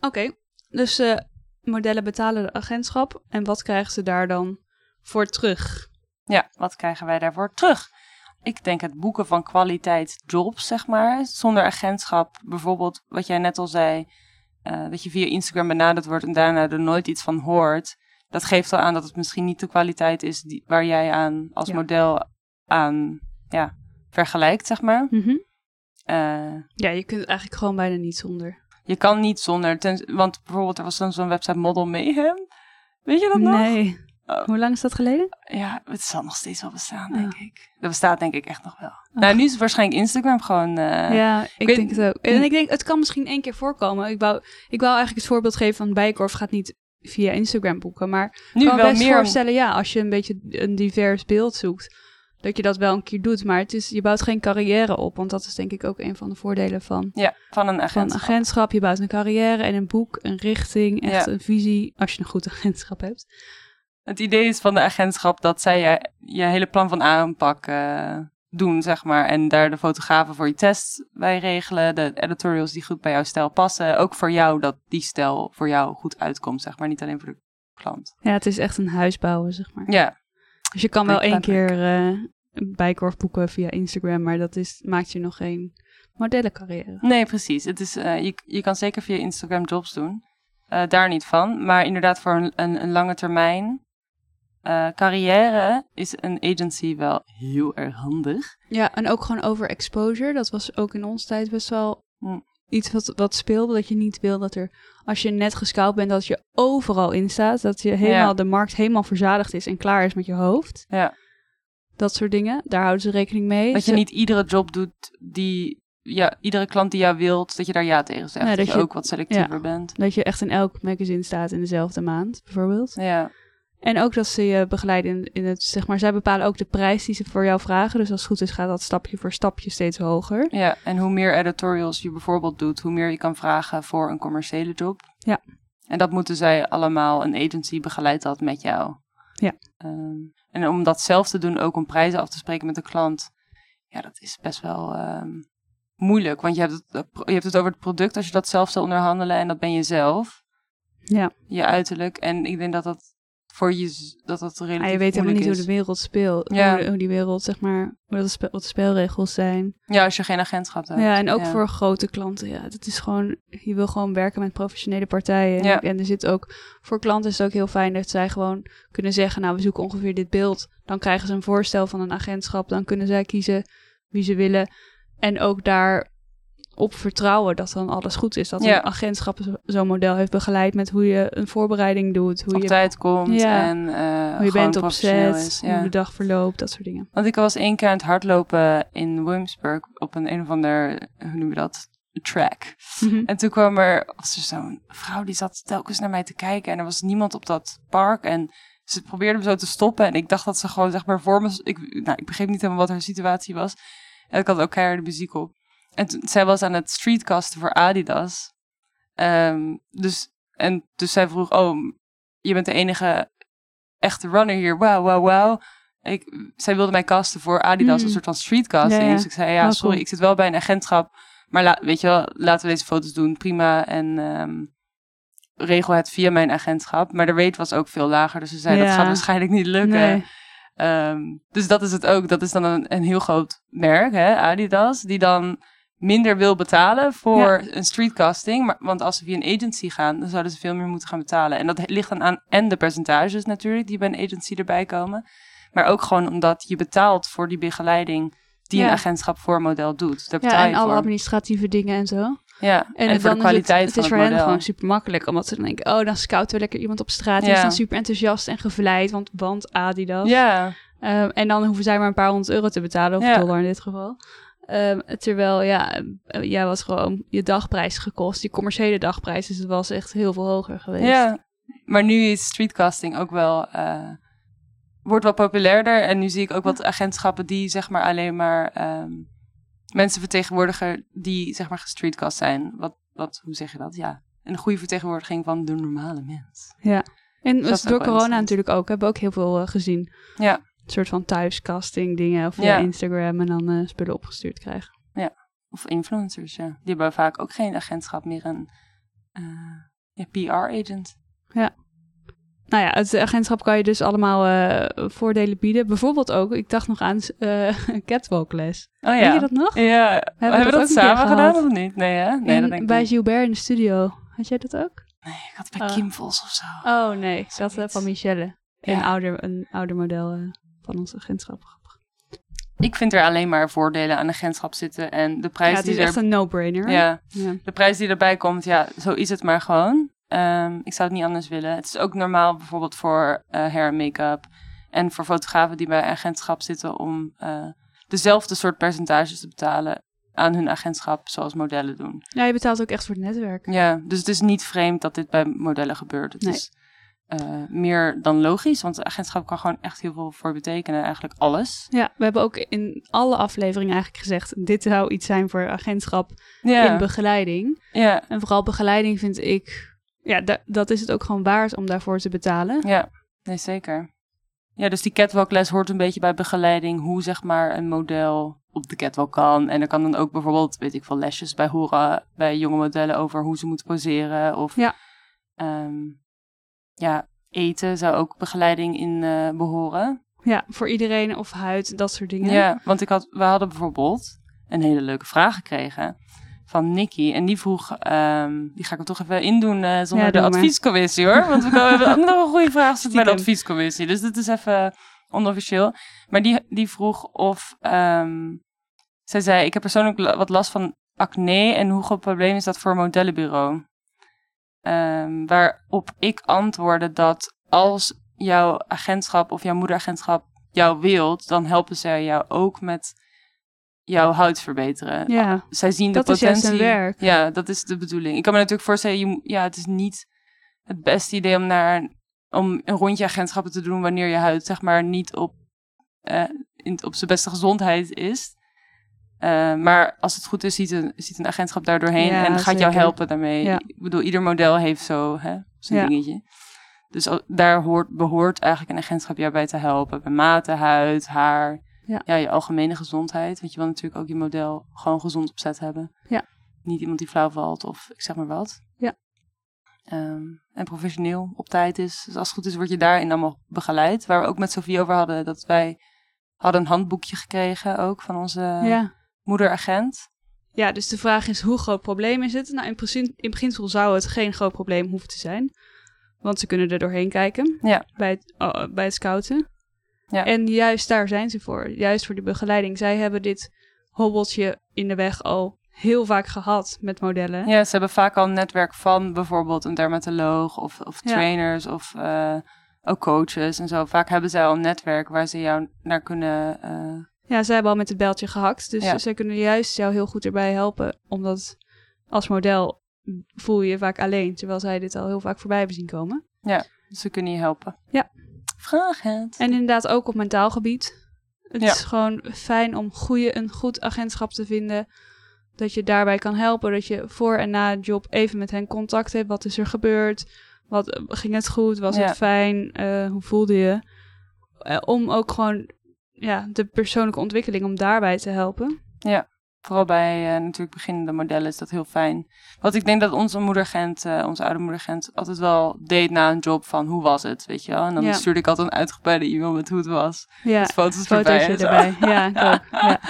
[SPEAKER 1] Oké, dus eh, modellen betalen de agentschap en wat krijgen ze daar dan voor terug?
[SPEAKER 2] Ja, wat krijgen wij daarvoor terug? Ik denk het boeken van kwaliteit jobs, zeg maar, zonder agentschap. Bijvoorbeeld wat jij net al zei, eh, dat je via Instagram benaderd wordt en daarna er nooit iets van hoort. Dat geeft al aan dat het misschien niet de kwaliteit is die, waar jij aan als
[SPEAKER 1] Ja.
[SPEAKER 2] model aan ja, vergelijkt, zeg maar. Eh,
[SPEAKER 1] Ja, je kunt het eigenlijk gewoon bijna niet zonder.
[SPEAKER 2] je kan niet zonder, tens- want bijvoorbeeld er was dan zo'n website Model Mayhem. Weet je dat nog?
[SPEAKER 1] Nee.
[SPEAKER 2] Oh.
[SPEAKER 1] Hoe lang is dat geleden?
[SPEAKER 2] Ja, het zal nog steeds wel bestaan,
[SPEAKER 1] Ja.
[SPEAKER 2] denk ik. Dat bestaat denk ik echt nog wel. Nou, nu is het waarschijnlijk Instagram gewoon... eh,
[SPEAKER 1] ja, ik,
[SPEAKER 2] weet-
[SPEAKER 1] denk het ook. En ik denk, het kan misschien één keer voorkomen. Ik wou, ik wou eigenlijk het voorbeeld geven van Bijenkorf gaat niet via Instagram boeken, maar
[SPEAKER 2] nu
[SPEAKER 1] Ik kan
[SPEAKER 2] wel
[SPEAKER 1] me best
[SPEAKER 2] meer...
[SPEAKER 1] voorstellen, ja, als je een beetje een divers beeld zoekt, dat je dat wel een keer doet. Maar het is, je bouwt geen carrière op, want dat is denk ik ook een van de voordelen van,
[SPEAKER 2] Ja, van een agent.
[SPEAKER 1] van agentschap. Je bouwt een carrière en een boek, een richting, echt
[SPEAKER 2] Ja.
[SPEAKER 1] een visie, als je een goed agentschap hebt.
[SPEAKER 2] Het idee is van de agentschap dat zij je, je hele plan van aanpak eh, doen, zeg maar. En daar de fotografen voor je test bij regelen. De editorials die goed bij jouw stijl passen. Ook voor jou dat die stijl voor jou goed uitkomt, zeg maar. Niet alleen voor de klant.
[SPEAKER 1] Ja, het is echt een huis bouwen, zeg maar.
[SPEAKER 2] Ja,
[SPEAKER 1] Dus je kan wel
[SPEAKER 2] Brick
[SPEAKER 1] één
[SPEAKER 2] by brick.
[SPEAKER 1] keer eh bijkorf boeken via Instagram, maar dat is, maakt je nog geen modellencarrière.
[SPEAKER 2] nee, precies. Het is, eh, je, je kan zeker via Instagram jobs doen. Eh, daar niet van. Maar inderdaad, voor een, een, een lange termijn eh, carrière is een agency wel heel erg handig.
[SPEAKER 1] Ja, en ook gewoon over exposure. Dat was ook in onze tijd best wel
[SPEAKER 2] Hm.
[SPEAKER 1] iets wat, wat speelde, dat je niet wil dat er, als je net gescout bent, dat je overal in staat. Dat je helemaal,
[SPEAKER 2] Ja.
[SPEAKER 1] de markt helemaal verzadigd is en klaar is met je hoofd.
[SPEAKER 2] Ja.
[SPEAKER 1] Dat soort dingen, daar houden ze rekening mee.
[SPEAKER 2] Dat je
[SPEAKER 1] Ze-
[SPEAKER 2] niet iedere job doet die... Ja, iedere klant die jou wilt, dat je daar ja tegen zegt.
[SPEAKER 1] Nee,
[SPEAKER 2] dat,
[SPEAKER 1] dat
[SPEAKER 2] je
[SPEAKER 1] je-
[SPEAKER 2] ook wat selectiever bent.
[SPEAKER 1] Dat je echt in elk magazine staat in dezelfde maand, bijvoorbeeld.
[SPEAKER 2] Ja,
[SPEAKER 1] En ook dat ze je begeleiden in, in het, zeg maar, zij bepalen ook de prijs die ze voor jou vragen. Dus als het goed is, gaat dat stapje voor stapje steeds hoger.
[SPEAKER 2] ja, en hoe meer editorials je bijvoorbeeld doet, hoe meer je kan vragen voor een commerciële job.
[SPEAKER 1] Ja.
[SPEAKER 2] En dat moeten zij allemaal, een agency begeleidt dat met jou.
[SPEAKER 1] Ja.
[SPEAKER 2] Ehm, en om dat zelf te doen, ook om prijzen af te spreken met de klant, ja, dat is best wel ehm, moeilijk. Want je hebt, het, je hebt het over het product als je dat zelf zou onderhandelen en dat ben je zelf,
[SPEAKER 1] Ja,
[SPEAKER 2] je uiterlijk. En ik denk dat dat voor je, z- dat dat relatief
[SPEAKER 1] en Ah, je weet helemaal
[SPEAKER 2] moeilijk
[SPEAKER 1] niet hoe
[SPEAKER 2] is.
[SPEAKER 1] de wereld speelt.
[SPEAKER 2] Ja.
[SPEAKER 1] Hoe, de- hoe die wereld, zeg maar, hoe dat spe- wat de speelregels zijn.
[SPEAKER 2] Ja, als je geen agentschap hebt.
[SPEAKER 1] Ja, en ook voor grote klanten. Ja, dat is gewoon, je wil gewoon werken met professionele partijen.
[SPEAKER 2] Ja.
[SPEAKER 1] En er zit ook, voor klanten is het ook heel fijn dat zij gewoon kunnen zeggen, nou, we zoeken ongeveer dit beeld. Dan krijgen ze een voorstel van een agentschap. Dan kunnen zij kiezen wie ze willen. En ook daar op vertrouwen dat dan alles goed is. Dat
[SPEAKER 2] Ja.
[SPEAKER 1] een agentschap zo- zo'n model heeft begeleid met hoe je een voorbereiding doet. Hoe
[SPEAKER 2] op
[SPEAKER 1] je,
[SPEAKER 2] tijd komt
[SPEAKER 1] Ja.
[SPEAKER 2] en eh
[SPEAKER 1] hoe je
[SPEAKER 2] gewoon
[SPEAKER 1] bent op
[SPEAKER 2] professioneel is.
[SPEAKER 1] set,
[SPEAKER 2] Ja.
[SPEAKER 1] hoe de dag verloopt, dat soort dingen.
[SPEAKER 2] Want ik was één keer aan het hardlopen in Williamsburg op een een of ander, hoe noem je dat, track.
[SPEAKER 1] Mhm.
[SPEAKER 2] En toen kwam er was er zo'n vrouw die zat telkens naar mij te kijken en er was niemand op dat park en ze probeerde me zo te stoppen en ik dacht dat ze gewoon zeg maar voor me, ik, nou, ik begreep niet helemaal wat haar situatie was. En ik had ook keihard de muziek op. En toen, zij was aan het streetcasten voor Adidas. Ehm, dus, en dus zij vroeg, oh, je bent de enige echte runner hier. Wauw, wauw, wauw. Ik, zij wilde mij casten voor Adidas,
[SPEAKER 1] Mm.
[SPEAKER 2] een soort van streetcasting.
[SPEAKER 1] Ja, ja.
[SPEAKER 2] Dus ik zei, ja,
[SPEAKER 1] Oh,
[SPEAKER 2] sorry,
[SPEAKER 1] cool.
[SPEAKER 2] ik zit wel bij een agentschap. Maar la- weet je wel, laten we deze foto's doen, prima. En ehm, regel het via mijn agentschap. Maar de rate was ook veel lager. Dus ze zei, dat
[SPEAKER 1] Ja.
[SPEAKER 2] gaat waarschijnlijk niet lukken.
[SPEAKER 1] Nee.
[SPEAKER 2] Ehm, dus dat is het ook. Dat is dan een, een heel groot merk, hè, Adidas, die dan minder wil betalen voor een streetcasting. Maar, want als ze via een agency gaan, dan zouden ze veel meer moeten gaan betalen. En dat ligt dan aan en de percentages natuurlijk, die bij een agency erbij komen. Maar ook gewoon omdat je betaalt voor die begeleiding die een
[SPEAKER 1] Ja.
[SPEAKER 2] agentschap voor een model doet. Daar betaal
[SPEAKER 1] Ja, en
[SPEAKER 2] je
[SPEAKER 1] alle
[SPEAKER 2] voor.
[SPEAKER 1] administratieve dingen en zo.
[SPEAKER 2] Ja, en,
[SPEAKER 1] En, het
[SPEAKER 2] voor de
[SPEAKER 1] dan is het-
[SPEAKER 2] kwaliteit
[SPEAKER 1] het,
[SPEAKER 2] van
[SPEAKER 1] is
[SPEAKER 2] het,
[SPEAKER 1] voor hen
[SPEAKER 2] model.
[SPEAKER 1] gewoon super makkelijk. Omdat ze dan denken, oh, dan scouten we lekker iemand op straat. Die
[SPEAKER 2] Ja.
[SPEAKER 1] is dan super enthousiast en gevleid, want, want Adidas.
[SPEAKER 2] Ja,
[SPEAKER 1] Ehm, en dan hoeven zij maar een paar honderd euro te betalen, of
[SPEAKER 2] Ja.
[SPEAKER 1] dollar in dit geval. Ehm, terwijl, ja, eh, jij was gewoon je dagprijs gekost. Die commerciële dagprijs, dus het was echt heel veel hoger geweest.
[SPEAKER 2] ja. Maar nu is streetcasting ook wel... eh, wordt wel populairder. En nu zie ik ook wat agentschappen die zeg maar alleen maar... ehm, mensen vertegenwoordigen die zeg maar gestreetcast zijn. Wat, wat, hoe zeg je dat? Ja, een goede vertegenwoordiging van de normale mens.
[SPEAKER 1] En door
[SPEAKER 2] dat is ook wel
[SPEAKER 1] corona
[SPEAKER 2] interessant.
[SPEAKER 1] natuurlijk ook, hebben we ook heel veel eh, gezien.
[SPEAKER 2] Ja.
[SPEAKER 1] Een soort van thuiscasting dingen, of via
[SPEAKER 2] Ja.
[SPEAKER 1] Instagram en dan eh, spullen opgestuurd krijgen.
[SPEAKER 2] Of influencers, ja. Die hebben vaak ook geen agentschap meer. Een eh, ja, PR-agent.
[SPEAKER 1] Nou ja, het agentschap kan je dus allemaal eh, voordelen bieden. Bijvoorbeeld ook, ik dacht nog aan eh catwalkles.
[SPEAKER 2] Oh ja.
[SPEAKER 1] Weet je dat nog?
[SPEAKER 2] Ja, hebben,
[SPEAKER 1] we dat
[SPEAKER 2] we dat,
[SPEAKER 1] ook een keer
[SPEAKER 2] samen gedaan
[SPEAKER 1] gehad?
[SPEAKER 2] of niet? Nee, hè? Nee,
[SPEAKER 1] In-
[SPEAKER 2] dat denk ik
[SPEAKER 1] bij
[SPEAKER 2] niet.
[SPEAKER 1] Gilbert in de studio. Had jij dat ook?
[SPEAKER 2] Nee, ik had bij
[SPEAKER 1] Oh.
[SPEAKER 2] Kim Vos of zo.
[SPEAKER 1] Oh nee, ik had eh,
[SPEAKER 2] Zoiets.
[SPEAKER 1] van Michelle. Een,
[SPEAKER 2] Ja.
[SPEAKER 1] ouder, een ouder model eh, van ons agentschap.
[SPEAKER 2] Ik vind er alleen maar voordelen aan agentschap zitten. En de
[SPEAKER 1] Ja,
[SPEAKER 2] prijs
[SPEAKER 1] het is
[SPEAKER 2] die er...
[SPEAKER 1] echt een no-brainer.
[SPEAKER 2] Ja,
[SPEAKER 1] Ja.
[SPEAKER 2] de prijs die erbij komt, ja, zo is het maar gewoon. Ehm, ik zou het niet anders willen. Het is ook normaal bijvoorbeeld voor eh, hair en make-up en voor fotografen die bij agentschap zitten om eh, dezelfde soort percentages te betalen aan hun agentschap zoals modellen doen.
[SPEAKER 1] Ja, je betaalt ook echt voor het netwerk.
[SPEAKER 2] Ja, dus het is niet vreemd dat dit bij modellen gebeurt. Het
[SPEAKER 1] Nee.
[SPEAKER 2] is eh, meer dan logisch, want het agentschap kan gewoon echt heel veel voor betekenen. Eigenlijk alles.
[SPEAKER 1] Ja, we hebben ook in alle afleveringen eigenlijk gezegd... dit zou iets zijn voor agentschap
[SPEAKER 2] Ja,
[SPEAKER 1] in begeleiding.
[SPEAKER 2] ja,
[SPEAKER 1] En vooral begeleiding vind ik... Ja, da- dat is het ook gewoon waard om daarvoor te betalen.
[SPEAKER 2] ja. Nee, zeker. Ja, dus die catwalkles hoort een beetje bij begeleiding hoe zeg maar een model op de catwalk kan. En er kan dan ook bijvoorbeeld, weet ik veel, lesjes bij horen bij jonge modellen over hoe ze moeten poseren. Of
[SPEAKER 1] Ja.
[SPEAKER 2] ehm, ja, eten zou ook begeleiding in eh, behoren.
[SPEAKER 1] Ja, voor iedereen of huid, dat soort dingen.
[SPEAKER 2] Ja, want ik had, we hadden bijvoorbeeld een hele leuke vraag gekregen van Nicky. En die vroeg, ehm, die ga ik er toch even indoen eh zonder
[SPEAKER 1] Ja,
[SPEAKER 2] de
[SPEAKER 1] doe maar.
[SPEAKER 2] adviescommissie hoor. Want we komen- we hebben ook nog een goede vraag zitten bij de
[SPEAKER 1] Stiekem.
[SPEAKER 2] adviescommissie. Dus dit is even onofficieel. Maar die, die vroeg of, ehm, zij zei, ik heb persoonlijk la- wat last van acne en hoe groot probleem is dat voor een modellenbureau? Ehm, waarop ik antwoordde dat als jouw agentschap of jouw moederagentschap jou wilt, dan helpen zij jou ook met jouw huid verbeteren.
[SPEAKER 1] Ja,
[SPEAKER 2] Zij zien
[SPEAKER 1] dat
[SPEAKER 2] de
[SPEAKER 1] is
[SPEAKER 2] potentie.
[SPEAKER 1] juist hun werk.
[SPEAKER 2] Ja, dat is de bedoeling. Ik kan me natuurlijk voorstellen, je, mo- ja, het is niet het beste idee om naar om een rondje agentschappen te doen wanneer je huid zeg maar niet op, eh, in, op zijn beste gezondheid is. Eh, maar als het goed is, ziet een, ziet een agentschap daar doorheen
[SPEAKER 1] Ja,
[SPEAKER 2] en gaat jou
[SPEAKER 1] zeker.
[SPEAKER 2] helpen daarmee.
[SPEAKER 1] Ja.
[SPEAKER 2] Ik bedoel, ieder model heeft zo hè, zijn
[SPEAKER 1] Ja.
[SPEAKER 2] dingetje. Dus al- daar hoort, behoort eigenlijk een agentschap jou bij te helpen. Bij maten, huid, haar,
[SPEAKER 1] Ja.
[SPEAKER 2] ja. je algemene gezondheid. Want je wil natuurlijk ook je model gewoon gezond opzet hebben.
[SPEAKER 1] Ja.
[SPEAKER 2] Niet iemand die flauw valt of ik zeg maar wat.
[SPEAKER 1] Ja.
[SPEAKER 2] Ehm, en professioneel op tijd is. Dus als het goed is word je daarin allemaal begeleid. Waar we ook met Sofie over hadden, dat wij hadden een handboekje gekregen ook van onze
[SPEAKER 1] Ja.
[SPEAKER 2] moederagent.
[SPEAKER 1] ja, dus de vraag is hoe groot probleem is het? Nou, in, princi- in beginsel zou het geen groot probleem hoeven te zijn. Want ze kunnen er doorheen kijken
[SPEAKER 2] Ja.
[SPEAKER 1] bij, het, oh, bij het scouten.
[SPEAKER 2] Ja.
[SPEAKER 1] En juist daar zijn ze voor. Juist voor die begeleiding. Zij hebben dit hobbeltje in de weg al heel vaak gehad met modellen.
[SPEAKER 2] Ja, ze hebben vaak al een netwerk van bijvoorbeeld een dermatoloog of, of
[SPEAKER 1] Ja.
[SPEAKER 2] trainers of eh, ook coaches en zo. Vaak hebben zij al een netwerk waar ze jou naar kunnen. eh,
[SPEAKER 1] Ja, zij hebben al met het bijltje gehakt. Dus
[SPEAKER 2] Ja.
[SPEAKER 1] zij kunnen juist jou heel goed erbij helpen. Omdat als model voel je je vaak alleen. Terwijl zij dit al heel vaak voorbij hebben zien komen.
[SPEAKER 2] ze kunnen je helpen.
[SPEAKER 1] Ja.
[SPEAKER 2] Vraag het.
[SPEAKER 1] En inderdaad ook op mentaal gebied. Het
[SPEAKER 2] Ja.
[SPEAKER 1] is gewoon fijn om goede, een goed agentschap te vinden. Dat je daarbij kan helpen. Dat je voor en na het job even met hen contact hebt. Wat is er gebeurd? Wat, ging het goed? Was
[SPEAKER 2] Ja.
[SPEAKER 1] het fijn? Eh, hoe voelde je? Eh, om ook gewoon ja, de persoonlijke ontwikkeling om daarbij te helpen.
[SPEAKER 2] Vooral bij eh, natuurlijk beginnende modellen is dat heel fijn. Wat ik denk dat onze moedergent, eh, onze oude moedergent, altijd wel deed na een job van hoe was het, weet je wel. En dan
[SPEAKER 1] Ja.
[SPEAKER 2] stuurde ik altijd een uitgebreide e-mail met hoe het was.
[SPEAKER 1] Ja.
[SPEAKER 2] Met foto's erbij.
[SPEAKER 1] fotootje
[SPEAKER 2] en zo.
[SPEAKER 1] erbij. Ja, ik ook. Ja,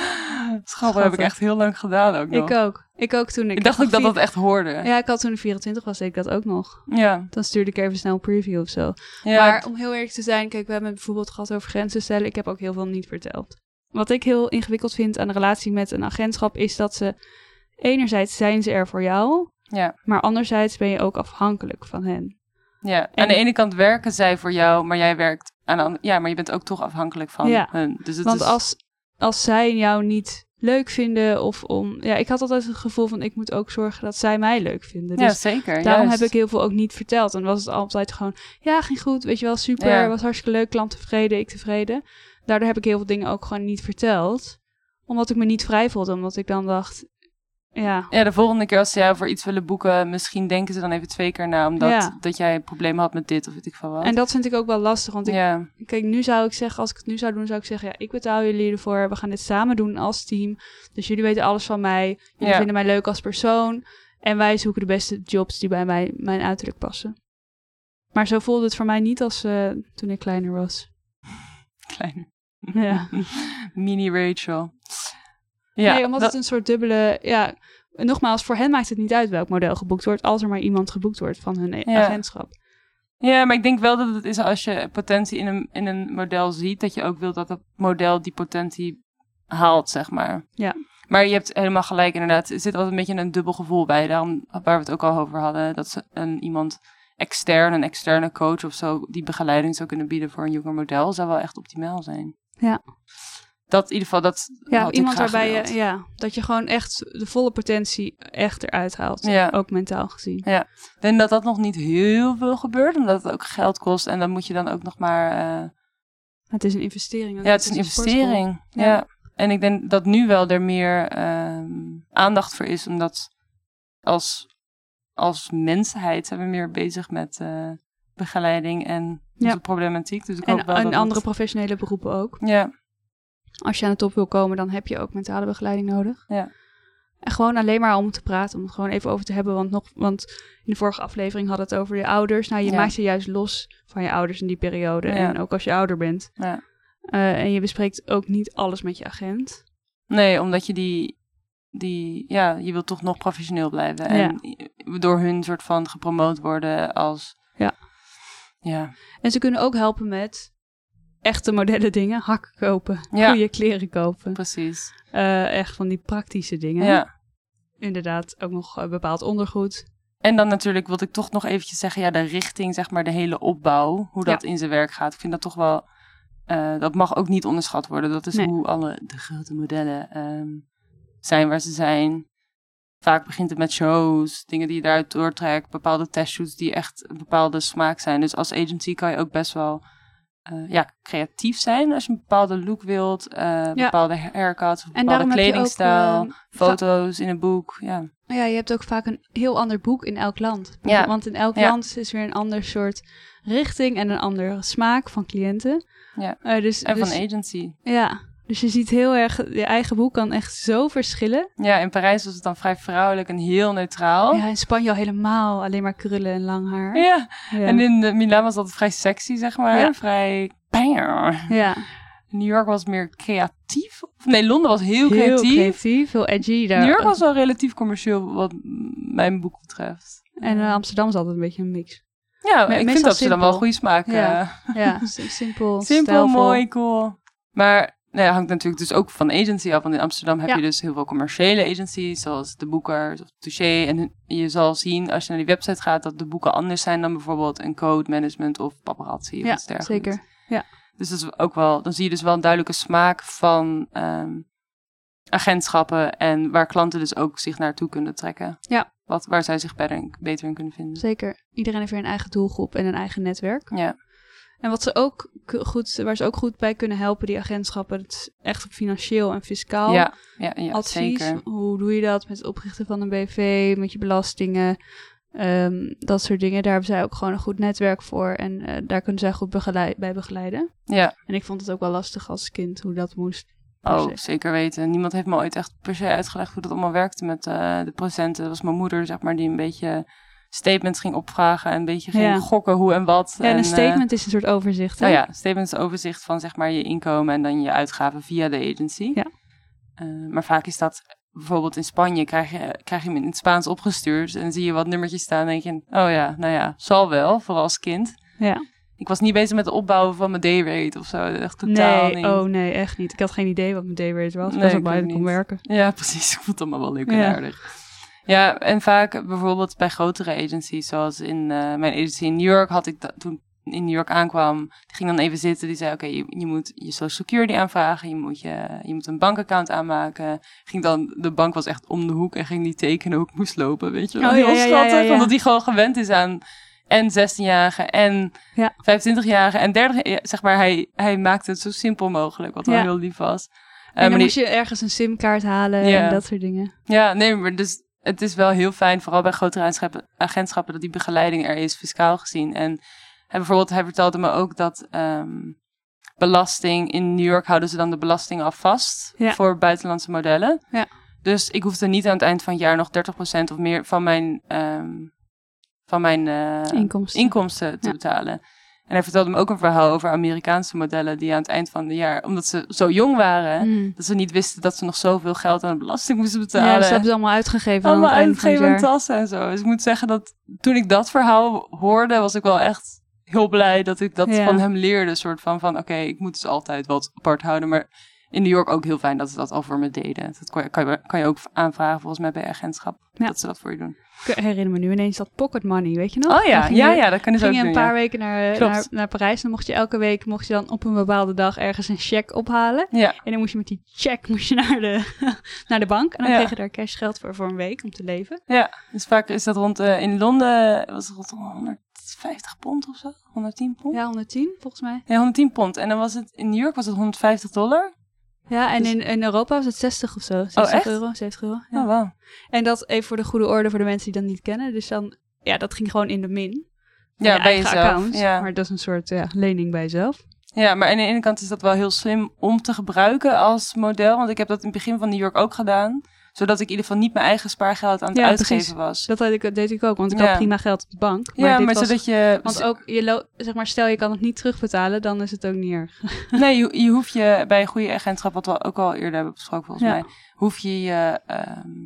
[SPEAKER 2] Schattig, dat heb ik echt heel lang gedaan ook nog.
[SPEAKER 1] ik ook. Ik ook toen ik...
[SPEAKER 2] Ik dacht ook dat
[SPEAKER 1] vier-
[SPEAKER 2] dat echt hoorde.
[SPEAKER 1] Ja, ik had toen ik 24 was, deed ik dat ook nog.
[SPEAKER 2] Ja.
[SPEAKER 1] Dan stuurde ik even snel een preview of zo.
[SPEAKER 2] Ja,
[SPEAKER 1] Maar om heel eerlijk te zijn, kijk, we hebben het bijvoorbeeld gehad over grenzen stellen. Ik heb ook heel veel niet verteld. Wat ik heel ingewikkeld vind aan de relatie met een agentschap is dat ze... Enerzijds zijn ze er voor jou,
[SPEAKER 2] Ja.
[SPEAKER 1] maar anderzijds ben je ook afhankelijk van hen.
[SPEAKER 2] ja.
[SPEAKER 1] en-
[SPEAKER 2] Aan de ene kant werken zij voor jou, maar jij werkt aan de andere... Ja, maar je bent ook toch afhankelijk van
[SPEAKER 1] Ja.
[SPEAKER 2] hun. Dus het
[SPEAKER 1] Want
[SPEAKER 2] is...
[SPEAKER 1] als, als zij jou niet leuk vinden of om... Ja, ik had altijd het gevoel van ik moet ook zorgen dat zij mij leuk vinden.
[SPEAKER 2] Ja,
[SPEAKER 1] Dus
[SPEAKER 2] zeker.
[SPEAKER 1] Daarom
[SPEAKER 2] juist.
[SPEAKER 1] heb ik heel veel ook niet verteld. En was het altijd gewoon, ja, ging goed, weet je wel, super,
[SPEAKER 2] Ja.
[SPEAKER 1] was hartstikke leuk, klant tevreden, ik tevreden. Daardoor heb ik heel veel dingen ook gewoon niet verteld. Omdat ik me niet vrij voelde, omdat ik dan dacht, ja,
[SPEAKER 2] Ja, de volgende keer als ze jou voor iets willen boeken, misschien denken ze dan even twee keer na, omdat
[SPEAKER 1] Ja.
[SPEAKER 2] dat jij een probleem had met dit of weet ik van wat.
[SPEAKER 1] en dat vind ik ook wel lastig. Want ik,
[SPEAKER 2] ja.
[SPEAKER 1] kijk, nu zou ik zeggen, als ik het nu zou doen, zou ik zeggen, ja, ik betaal jullie ervoor, we gaan dit samen doen als team. Dus jullie weten alles van mij, jullie
[SPEAKER 2] Ja.
[SPEAKER 1] vinden mij leuk als persoon. En wij zoeken de beste jobs die bij mij, mijn uiterlijk passen. Maar zo voelde het voor mij niet als eh, toen ik kleiner was.
[SPEAKER 2] Kleine
[SPEAKER 1] Ja.
[SPEAKER 2] mini Rachel. Ja,
[SPEAKER 1] nee, omdat
[SPEAKER 2] dat-
[SPEAKER 1] het een soort dubbele. Ja, nogmaals, voor hen maakt het niet uit welk model geboekt wordt, als er maar iemand geboekt wordt van hun
[SPEAKER 2] Ja.
[SPEAKER 1] agentschap.
[SPEAKER 2] Ja, maar ik denk wel dat het is als je potentie in een, in een model ziet, dat je ook wilt dat het model die potentie haalt, zeg maar.
[SPEAKER 1] Ja.
[SPEAKER 2] Maar je hebt helemaal gelijk, inderdaad. Er zit altijd een beetje een dubbel gevoel bij. Daarom, waar we het ook al over hadden, dat ze een, iemand extern, een externe coach of zo, die begeleiding zou kunnen bieden voor een jonger model, zou wel echt optimaal zijn.
[SPEAKER 1] Ja.
[SPEAKER 2] Dat in ieder geval, dat
[SPEAKER 1] Ja,
[SPEAKER 2] had ik
[SPEAKER 1] iemand
[SPEAKER 2] graag
[SPEAKER 1] waarbij
[SPEAKER 2] gewild.
[SPEAKER 1] je, ja, dat je gewoon echt de volle potentie echt eruit haalt.
[SPEAKER 2] Ja.
[SPEAKER 1] Ook mentaal gezien.
[SPEAKER 2] Ik denk dat dat nog niet heel veel gebeurt, omdat het ook geld kost. En dan moet je dan ook nog maar... eh,
[SPEAKER 1] Het is een investering. want
[SPEAKER 2] Ja, het is een
[SPEAKER 1] sportschool.
[SPEAKER 2] investering.
[SPEAKER 1] Ja.
[SPEAKER 2] Ja. En ik denk dat nu wel er meer ehm, aandacht voor is, omdat als, als mensheid zijn we meer bezig met eh, begeleiding en
[SPEAKER 1] Ja.
[SPEAKER 2] onze problematiek. Dus ik hoop
[SPEAKER 1] En,
[SPEAKER 2] wel dat
[SPEAKER 1] en
[SPEAKER 2] dat-
[SPEAKER 1] andere professionele beroepen ook.
[SPEAKER 2] Ja,
[SPEAKER 1] Als je aan de top wil komen, dan heb je ook mentale begeleiding nodig.
[SPEAKER 2] Ja.
[SPEAKER 1] En gewoon alleen maar om te praten, om het gewoon even over te hebben. Want, nog, want in de vorige aflevering hadden we het over je ouders. Nou, je
[SPEAKER 2] Ja.
[SPEAKER 1] maakt je juist los van je ouders in die periode.
[SPEAKER 2] Ja.
[SPEAKER 1] En ook als je ouder bent.
[SPEAKER 2] Ja.
[SPEAKER 1] Eh, en je bespreekt ook niet alles met je agent.
[SPEAKER 2] nee, omdat je die, die, ja, je wilt toch nog professioneel blijven. En door hun soort van gepromoot worden als...
[SPEAKER 1] Ja.
[SPEAKER 2] Ja.
[SPEAKER 1] En ze kunnen ook helpen met echte modellen dingen. Hakken kopen,
[SPEAKER 2] Ja.
[SPEAKER 1] goede kleren kopen.
[SPEAKER 2] Precies.
[SPEAKER 1] Eh, echt van die praktische dingen.
[SPEAKER 2] Ja.
[SPEAKER 1] inderdaad ook nog eh, bepaald ondergoed.
[SPEAKER 2] En dan natuurlijk wilde ik toch nog eventjes zeggen, ja, de richting, zeg maar, de hele opbouw, hoe dat in zijn werk gaat. Ik vind dat toch wel, eh, dat mag ook niet onderschat worden. Dat is
[SPEAKER 1] Nee.
[SPEAKER 2] hoe alle de grote modellen ehm, zijn waar ze zijn. Vaak begint het met shows, dingen die je daaruit doortrekt, bepaalde testshoots die echt een bepaalde smaak zijn. Dus als agency kan je ook best wel eh, ja, creatief zijn als je een bepaalde look wilt, eh, bepaalde haircuts,
[SPEAKER 1] En
[SPEAKER 2] of bepaalde
[SPEAKER 1] daarom
[SPEAKER 2] kledingstijl,
[SPEAKER 1] heb je ook... eh,
[SPEAKER 2] foto's in een boek. Ja.
[SPEAKER 1] Nou Ja, je hebt ook vaak een heel ander boek in elk land.
[SPEAKER 2] Ja.
[SPEAKER 1] Want in elk
[SPEAKER 2] Ja.
[SPEAKER 1] land is weer een ander soort richting en een andere smaak van cliënten.
[SPEAKER 2] Ja.
[SPEAKER 1] Eh, dus,
[SPEAKER 2] En
[SPEAKER 1] dus,
[SPEAKER 2] van agency.
[SPEAKER 1] Ja, dus je ziet heel erg, je eigen boek kan echt zo verschillen.
[SPEAKER 2] Ja, in Parijs was het dan vrij vrouwelijk en heel neutraal. Ja.
[SPEAKER 1] Ja, in Spanje al helemaal, alleen maar krullen en lang haar. Ja.
[SPEAKER 2] En in eh, Milaan was dat vrij sexy, zeg maar.
[SPEAKER 1] Ja.
[SPEAKER 2] Vrij... Bam.
[SPEAKER 1] ja.
[SPEAKER 2] New York was meer creatief. Of Nee, Londen was heel, creatief.
[SPEAKER 1] heel edgy. Daar.
[SPEAKER 2] New York was wel relatief commercieel wat mijn boek betreft.
[SPEAKER 1] En eh, Amsterdam is altijd een beetje een mix.
[SPEAKER 2] Ja,
[SPEAKER 1] me-
[SPEAKER 2] ik vind
[SPEAKER 1] meestal
[SPEAKER 2] dat ze dan wel
[SPEAKER 1] simpel.
[SPEAKER 2] goede smaak
[SPEAKER 1] Ja.
[SPEAKER 2] eh,
[SPEAKER 1] Ja, sim- simpel,
[SPEAKER 2] Simpel,
[SPEAKER 1] stijlvol.
[SPEAKER 2] mooi, cool. Maar nou ja, hangt natuurlijk dus ook van de agency af. Want in Amsterdam heb
[SPEAKER 1] Ja.
[SPEAKER 2] je dus heel veel commerciële agencies, zoals de Boekers of Touché. En je zal zien als je naar die website gaat dat de boeken anders zijn dan bijvoorbeeld een code management of paparazzi of
[SPEAKER 1] Ja,
[SPEAKER 2] iets dergelijks.
[SPEAKER 1] zeker.
[SPEAKER 2] Dus dat is ook wel, dan zie je dus wel een duidelijke smaak van ehm, agentschappen en waar klanten dus ook zich naartoe kunnen trekken.
[SPEAKER 1] Ja.
[SPEAKER 2] Wat, waar zij zich beter in, beter in kunnen vinden.
[SPEAKER 1] Zeker. Iedereen heeft weer een eigen doelgroep en een eigen netwerk.
[SPEAKER 2] Ja.
[SPEAKER 1] En wat ze ook k- goed, waar ze ook goed bij kunnen helpen, die agentschappen, dat is echt op financieel en fiscaal
[SPEAKER 2] Ja, ja, ja
[SPEAKER 1] advies.
[SPEAKER 2] zeker.
[SPEAKER 1] Hoe doe je dat met het oprichten van een BV, met je belastingen, ehm, dat soort dingen. Daar hebben zij ook gewoon een goed netwerk voor en eh, daar kunnen zij goed begeleid, bij begeleiden.
[SPEAKER 2] Ja.
[SPEAKER 1] En ik vond het ook wel lastig als kind hoe dat moest. Dus, eh, per
[SPEAKER 2] Oh,
[SPEAKER 1] se.
[SPEAKER 2] zeker weten. Niemand heeft me ooit echt per se uitgelegd hoe dat allemaal werkte met eh, de procenten. Dat was mijn moeder, zeg maar, die een beetje statements ging opvragen en een beetje ging
[SPEAKER 1] Ja.
[SPEAKER 2] gokken hoe en wat.
[SPEAKER 1] Ja, en een
[SPEAKER 2] eh,
[SPEAKER 1] statement is een soort overzicht. hè?
[SPEAKER 2] nou ja, statements overzicht van zeg maar je inkomen en dan je uitgaven via de agency.
[SPEAKER 1] Ja.
[SPEAKER 2] Eh, maar vaak is dat bijvoorbeeld in Spanje krijg je, krijg je hem in het Spaans opgestuurd en zie je wat nummertjes staan en denk je, oh ja, nou ja, zal wel, vooral als kind.
[SPEAKER 1] Ja.
[SPEAKER 2] Ik was niet bezig met het opbouwen van mijn dayrate of zo, echt totaal
[SPEAKER 1] Nee,
[SPEAKER 2] niet.
[SPEAKER 1] oh nee, echt niet. Ik had geen idee wat mijn dayrate was.
[SPEAKER 2] Nee,
[SPEAKER 1] Ik was
[SPEAKER 2] ik
[SPEAKER 1] ook blij
[SPEAKER 2] ook
[SPEAKER 1] dat ik kon
[SPEAKER 2] niet.
[SPEAKER 1] werken.
[SPEAKER 2] Ja, precies. Ik vond het allemaal wel leuk en
[SPEAKER 1] Ja.
[SPEAKER 2] aardig. Ja, en vaak bijvoorbeeld bij grotere agencies, zoals in eh, mijn agency in New York, had ik dat toen ik in New York aankwam, die ging dan even zitten, die zei, oké, je, je moet je social security aanvragen, je moet, je, je moet een bankaccount aanmaken. Ging dan, de bank was echt om de hoek en ging die tekenen hoe ik moest lopen, weet je wel.
[SPEAKER 1] Oh,
[SPEAKER 2] Heel
[SPEAKER 1] ja, ja, ja, ja,
[SPEAKER 2] schattig,
[SPEAKER 1] ja.
[SPEAKER 2] omdat die gewoon gewend is aan en 16-jarigen en
[SPEAKER 1] Ja.
[SPEAKER 2] 25-jarigen en 30 ja, zeg maar, hij, hij maakte het zo simpel mogelijk, wat wel
[SPEAKER 1] Ja.
[SPEAKER 2] heel lief was. Eh,
[SPEAKER 1] en
[SPEAKER 2] maar
[SPEAKER 1] dan
[SPEAKER 2] die-
[SPEAKER 1] moest je ergens een simkaart halen
[SPEAKER 2] Ja.
[SPEAKER 1] en dat soort dingen.
[SPEAKER 2] ja, nee, maar dus het is wel heel fijn, vooral bij grotere aanschappen- agentschappen, dat die begeleiding er is, fiscaal gezien. En hij, bijvoorbeeld, hij vertelde me ook dat ehm, belasting, in New York houden ze dan de belasting af vast
[SPEAKER 1] Ja.
[SPEAKER 2] voor buitenlandse modellen.
[SPEAKER 1] Ja.
[SPEAKER 2] Dus ik hoefde niet aan het eind van het jaar nog 30% of meer van mijn, ehm, van mijn eh,
[SPEAKER 1] Inkomsten.
[SPEAKER 2] inkomsten te
[SPEAKER 1] Ja.
[SPEAKER 2] betalen. En hij vertelde me ook een verhaal over Amerikaanse modellen die aan het eind van het jaar, omdat ze zo jong waren,
[SPEAKER 1] Mm.
[SPEAKER 2] dat ze niet wisten dat ze nog zoveel geld aan de belasting moesten betalen.
[SPEAKER 1] Ja, dus dat hebben ze allemaal uitgegeven.
[SPEAKER 2] Allemaal
[SPEAKER 1] aan het eind van het
[SPEAKER 2] uitgeven en
[SPEAKER 1] jaar.
[SPEAKER 2] tassen en zo. Dus ik moet zeggen dat toen ik dat verhaal hoorde, was ik wel echt heel blij dat ik dat
[SPEAKER 1] Ja.
[SPEAKER 2] van hem leerde. soort van, van oké, ik moet dus altijd wat apart houden. Maar in New York ook heel fijn dat ze dat al voor me deden. Dat kan je, kan je, kan je ook aanvragen volgens mij bij agentschap,
[SPEAKER 1] Ja.
[SPEAKER 2] dat ze dat voor je doen.
[SPEAKER 1] Ik herinner me nu ineens dat pocket money, weet je nog?
[SPEAKER 2] Oh ja,
[SPEAKER 1] Dan ging
[SPEAKER 2] ja,
[SPEAKER 1] je-
[SPEAKER 2] ja, dat kunnen ze ook
[SPEAKER 1] Ging je
[SPEAKER 2] doen.
[SPEAKER 1] een paar weken naar, eh,
[SPEAKER 2] Klopt.
[SPEAKER 1] naar, naar Parijs. Dan mocht je elke week mocht je dan op een bepaalde dag ergens een cheque ophalen.
[SPEAKER 2] ja. ja.
[SPEAKER 1] En dan moest je met die cheque moest je naar, de, naar de bank. En dan
[SPEAKER 2] Ja.
[SPEAKER 1] kreeg je daar cash geld voor voor een week om te leven.
[SPEAKER 2] Ja, dus vaak is dat rond, eh, in Londen was het rond 150 pond of zo, 110 pond. Ja.
[SPEAKER 1] Ja, 110 volgens mij.
[SPEAKER 2] 110 pond. En dan was het, in New York was het 150 dollar.
[SPEAKER 1] Ja, en
[SPEAKER 2] Dus- Oh,
[SPEAKER 1] in, in Europa was het 60 of zo. 60
[SPEAKER 2] echt?
[SPEAKER 1] euro, 70 euro. Ja.
[SPEAKER 2] Oh, wauw.
[SPEAKER 1] En dat even voor de goede orde voor de mensen die dat niet kennen. Dus dan, ja, dat ging gewoon in de min. Van
[SPEAKER 2] Ja,
[SPEAKER 1] je
[SPEAKER 2] bij
[SPEAKER 1] eigen
[SPEAKER 2] jezelf.
[SPEAKER 1] account.
[SPEAKER 2] ja.
[SPEAKER 1] Maar dat is een soort ja, lening bij jezelf.
[SPEAKER 2] Ja, maar aan de ene kant is dat wel heel slim om te gebruiken als model. Want ik heb dat in het begin van New York ook gedaan. Zodat ik in ieder geval niet mijn eigen spaargeld aan het
[SPEAKER 1] Ja,
[SPEAKER 2] uitgeven
[SPEAKER 1] precies.
[SPEAKER 2] was.
[SPEAKER 1] Dat had ik, deed ik ook, want ik
[SPEAKER 2] Ja.
[SPEAKER 1] had prima geld op de bank. Maar
[SPEAKER 2] ja,
[SPEAKER 1] dit
[SPEAKER 2] maar
[SPEAKER 1] was
[SPEAKER 2] zodat je...
[SPEAKER 1] Want ook, je lo- zeg maar, stel je kan het niet terugbetalen, dan is het ook niet erg.
[SPEAKER 2] Nee, je, je hoeft je bij een goede agentschap, wat we ook al eerder hebben besproken volgens
[SPEAKER 1] Ja.
[SPEAKER 2] mij... Hoef je je... ehm,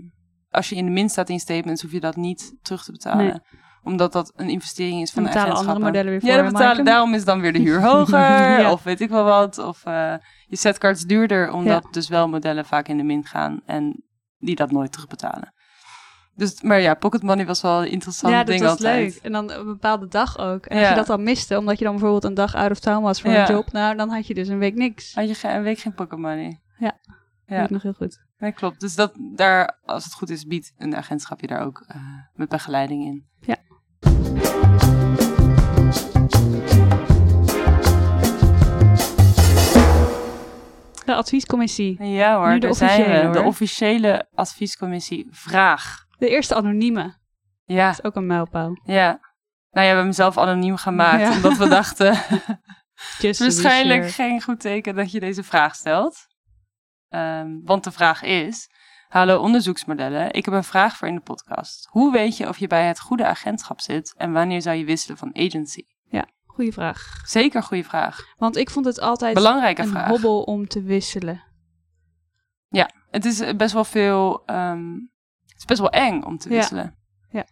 [SPEAKER 2] als je in de min staat in statements, hoef je dat niet terug te betalen.
[SPEAKER 1] Nee.
[SPEAKER 2] Omdat dat een investering is van
[SPEAKER 1] Dan
[SPEAKER 2] de
[SPEAKER 1] betalen
[SPEAKER 2] agentschappen.
[SPEAKER 1] andere modellen weer voor.
[SPEAKER 2] Ja, dan
[SPEAKER 1] hè,
[SPEAKER 2] betalen,
[SPEAKER 1] Maaike?
[SPEAKER 2] daarom is dan weer de huur hoger.
[SPEAKER 1] Ja.
[SPEAKER 2] Of weet ik wel wat. Of eh, je setcard is duurder. Omdat
[SPEAKER 1] Ja.
[SPEAKER 2] dus wel modellen vaak in de min gaan. En die dat nooit terugbetalen. Dus, maar ja, pocket money was wel een interessant
[SPEAKER 1] ja, dat
[SPEAKER 2] ding
[SPEAKER 1] was
[SPEAKER 2] altijd.
[SPEAKER 1] leuk. En dan een bepaalde dag ook. En als
[SPEAKER 2] Ja.
[SPEAKER 1] je dat dan miste, omdat je dan bijvoorbeeld een dag out of town was voor
[SPEAKER 2] Ja.
[SPEAKER 1] een job, nou, dan had je dus een week niks.
[SPEAKER 2] Had je ge- een week geen pocket money?
[SPEAKER 1] Ja.
[SPEAKER 2] Ja.
[SPEAKER 1] Weet ik nog heel goed.
[SPEAKER 2] Nee, klopt. Dus dat daar, als het goed is, biedt een agentschap je daar ook eh, met begeleiding in.
[SPEAKER 1] Ja. De adviescommissie.
[SPEAKER 2] Ja hoor,
[SPEAKER 1] Nu de
[SPEAKER 2] daar zijn
[SPEAKER 1] officiële,
[SPEAKER 2] we. De
[SPEAKER 1] hoor.
[SPEAKER 2] officiële adviescommissie Vraag.
[SPEAKER 1] De eerste anonieme.
[SPEAKER 2] Ja,
[SPEAKER 1] Dat is ook een mijlpaal.
[SPEAKER 2] ja. Nou ja, we hebben hem zelf anoniem gemaakt,
[SPEAKER 1] Ja.
[SPEAKER 2] omdat we dachten...
[SPEAKER 1] Just to be
[SPEAKER 2] waarschijnlijk
[SPEAKER 1] sure.
[SPEAKER 2] geen goed teken dat je deze vraag stelt. Ehm, want de vraag is: Hallo onderzoeksmodellen, ik heb een vraag voor in de podcast. Hoe weet je of je bij het goede agentschap zit en wanneer zou je wisselen van agency?
[SPEAKER 1] Goeie vraag.
[SPEAKER 2] Zeker goede vraag.
[SPEAKER 1] Want ik vond het altijd
[SPEAKER 2] Belangrijke
[SPEAKER 1] een
[SPEAKER 2] vraag.
[SPEAKER 1] hobbel om te wisselen.
[SPEAKER 2] Het is eh, best wel veel. ehm, het is best wel eng om te
[SPEAKER 1] Ja.
[SPEAKER 2] wisselen.
[SPEAKER 1] Ja.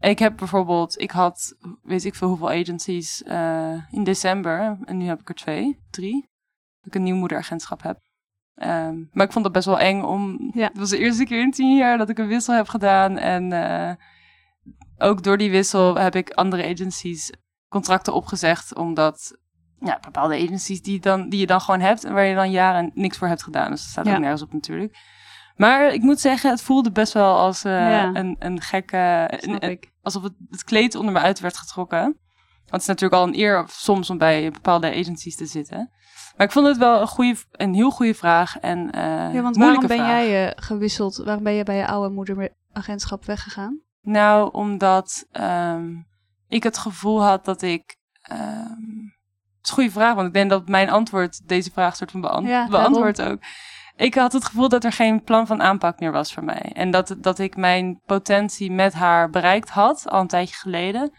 [SPEAKER 2] Ik heb bijvoorbeeld, ik had weet ik veel hoeveel agencies eh, in december. En nu heb ik er twee, drie. Dat ik een nieuw moederagentschap heb. Ehm, maar ik vond dat best wel eng om.
[SPEAKER 1] Ja.
[SPEAKER 2] Het was de eerste keer in tien jaar dat ik een wissel heb gedaan. En eh, ook door die wissel heb ik andere agencies contracten opgezegd. Omdat ja, bepaalde agencies die, dan, die je dan gewoon hebt en waar je dan jaren niks voor hebt gedaan. Dus dat staat
[SPEAKER 1] Ja.
[SPEAKER 2] ook nergens op natuurlijk. Maar ik moet zeggen, het voelde best wel als eh,
[SPEAKER 1] Ja.
[SPEAKER 2] een, een gekke... een-
[SPEAKER 1] Snap
[SPEAKER 2] een-
[SPEAKER 1] ik.
[SPEAKER 2] alsof het, het kleed onder me uit werd getrokken. Want het is natuurlijk al een eer of soms om bij bepaalde agencies te zitten. Maar ik vond het wel een, goede, een heel goede vraag en eh
[SPEAKER 1] Ja, want waarom
[SPEAKER 2] moeilijke
[SPEAKER 1] ben
[SPEAKER 2] vraag.
[SPEAKER 1] jij eh, gewisseld? Waarom ben je bij je oude moederagentschap weggegaan?
[SPEAKER 2] Nou, omdat ehm, ik het gevoel had dat ik. ehm, het is een goede vraag, want ik denk dat mijn antwoord deze vraag soort van beant
[SPEAKER 1] Ja,
[SPEAKER 2] beantwoordt ook. Ik had het gevoel dat er geen plan van aanpak meer was voor mij. En dat, dat ik mijn potentie met haar bereikt had al een tijdje geleden.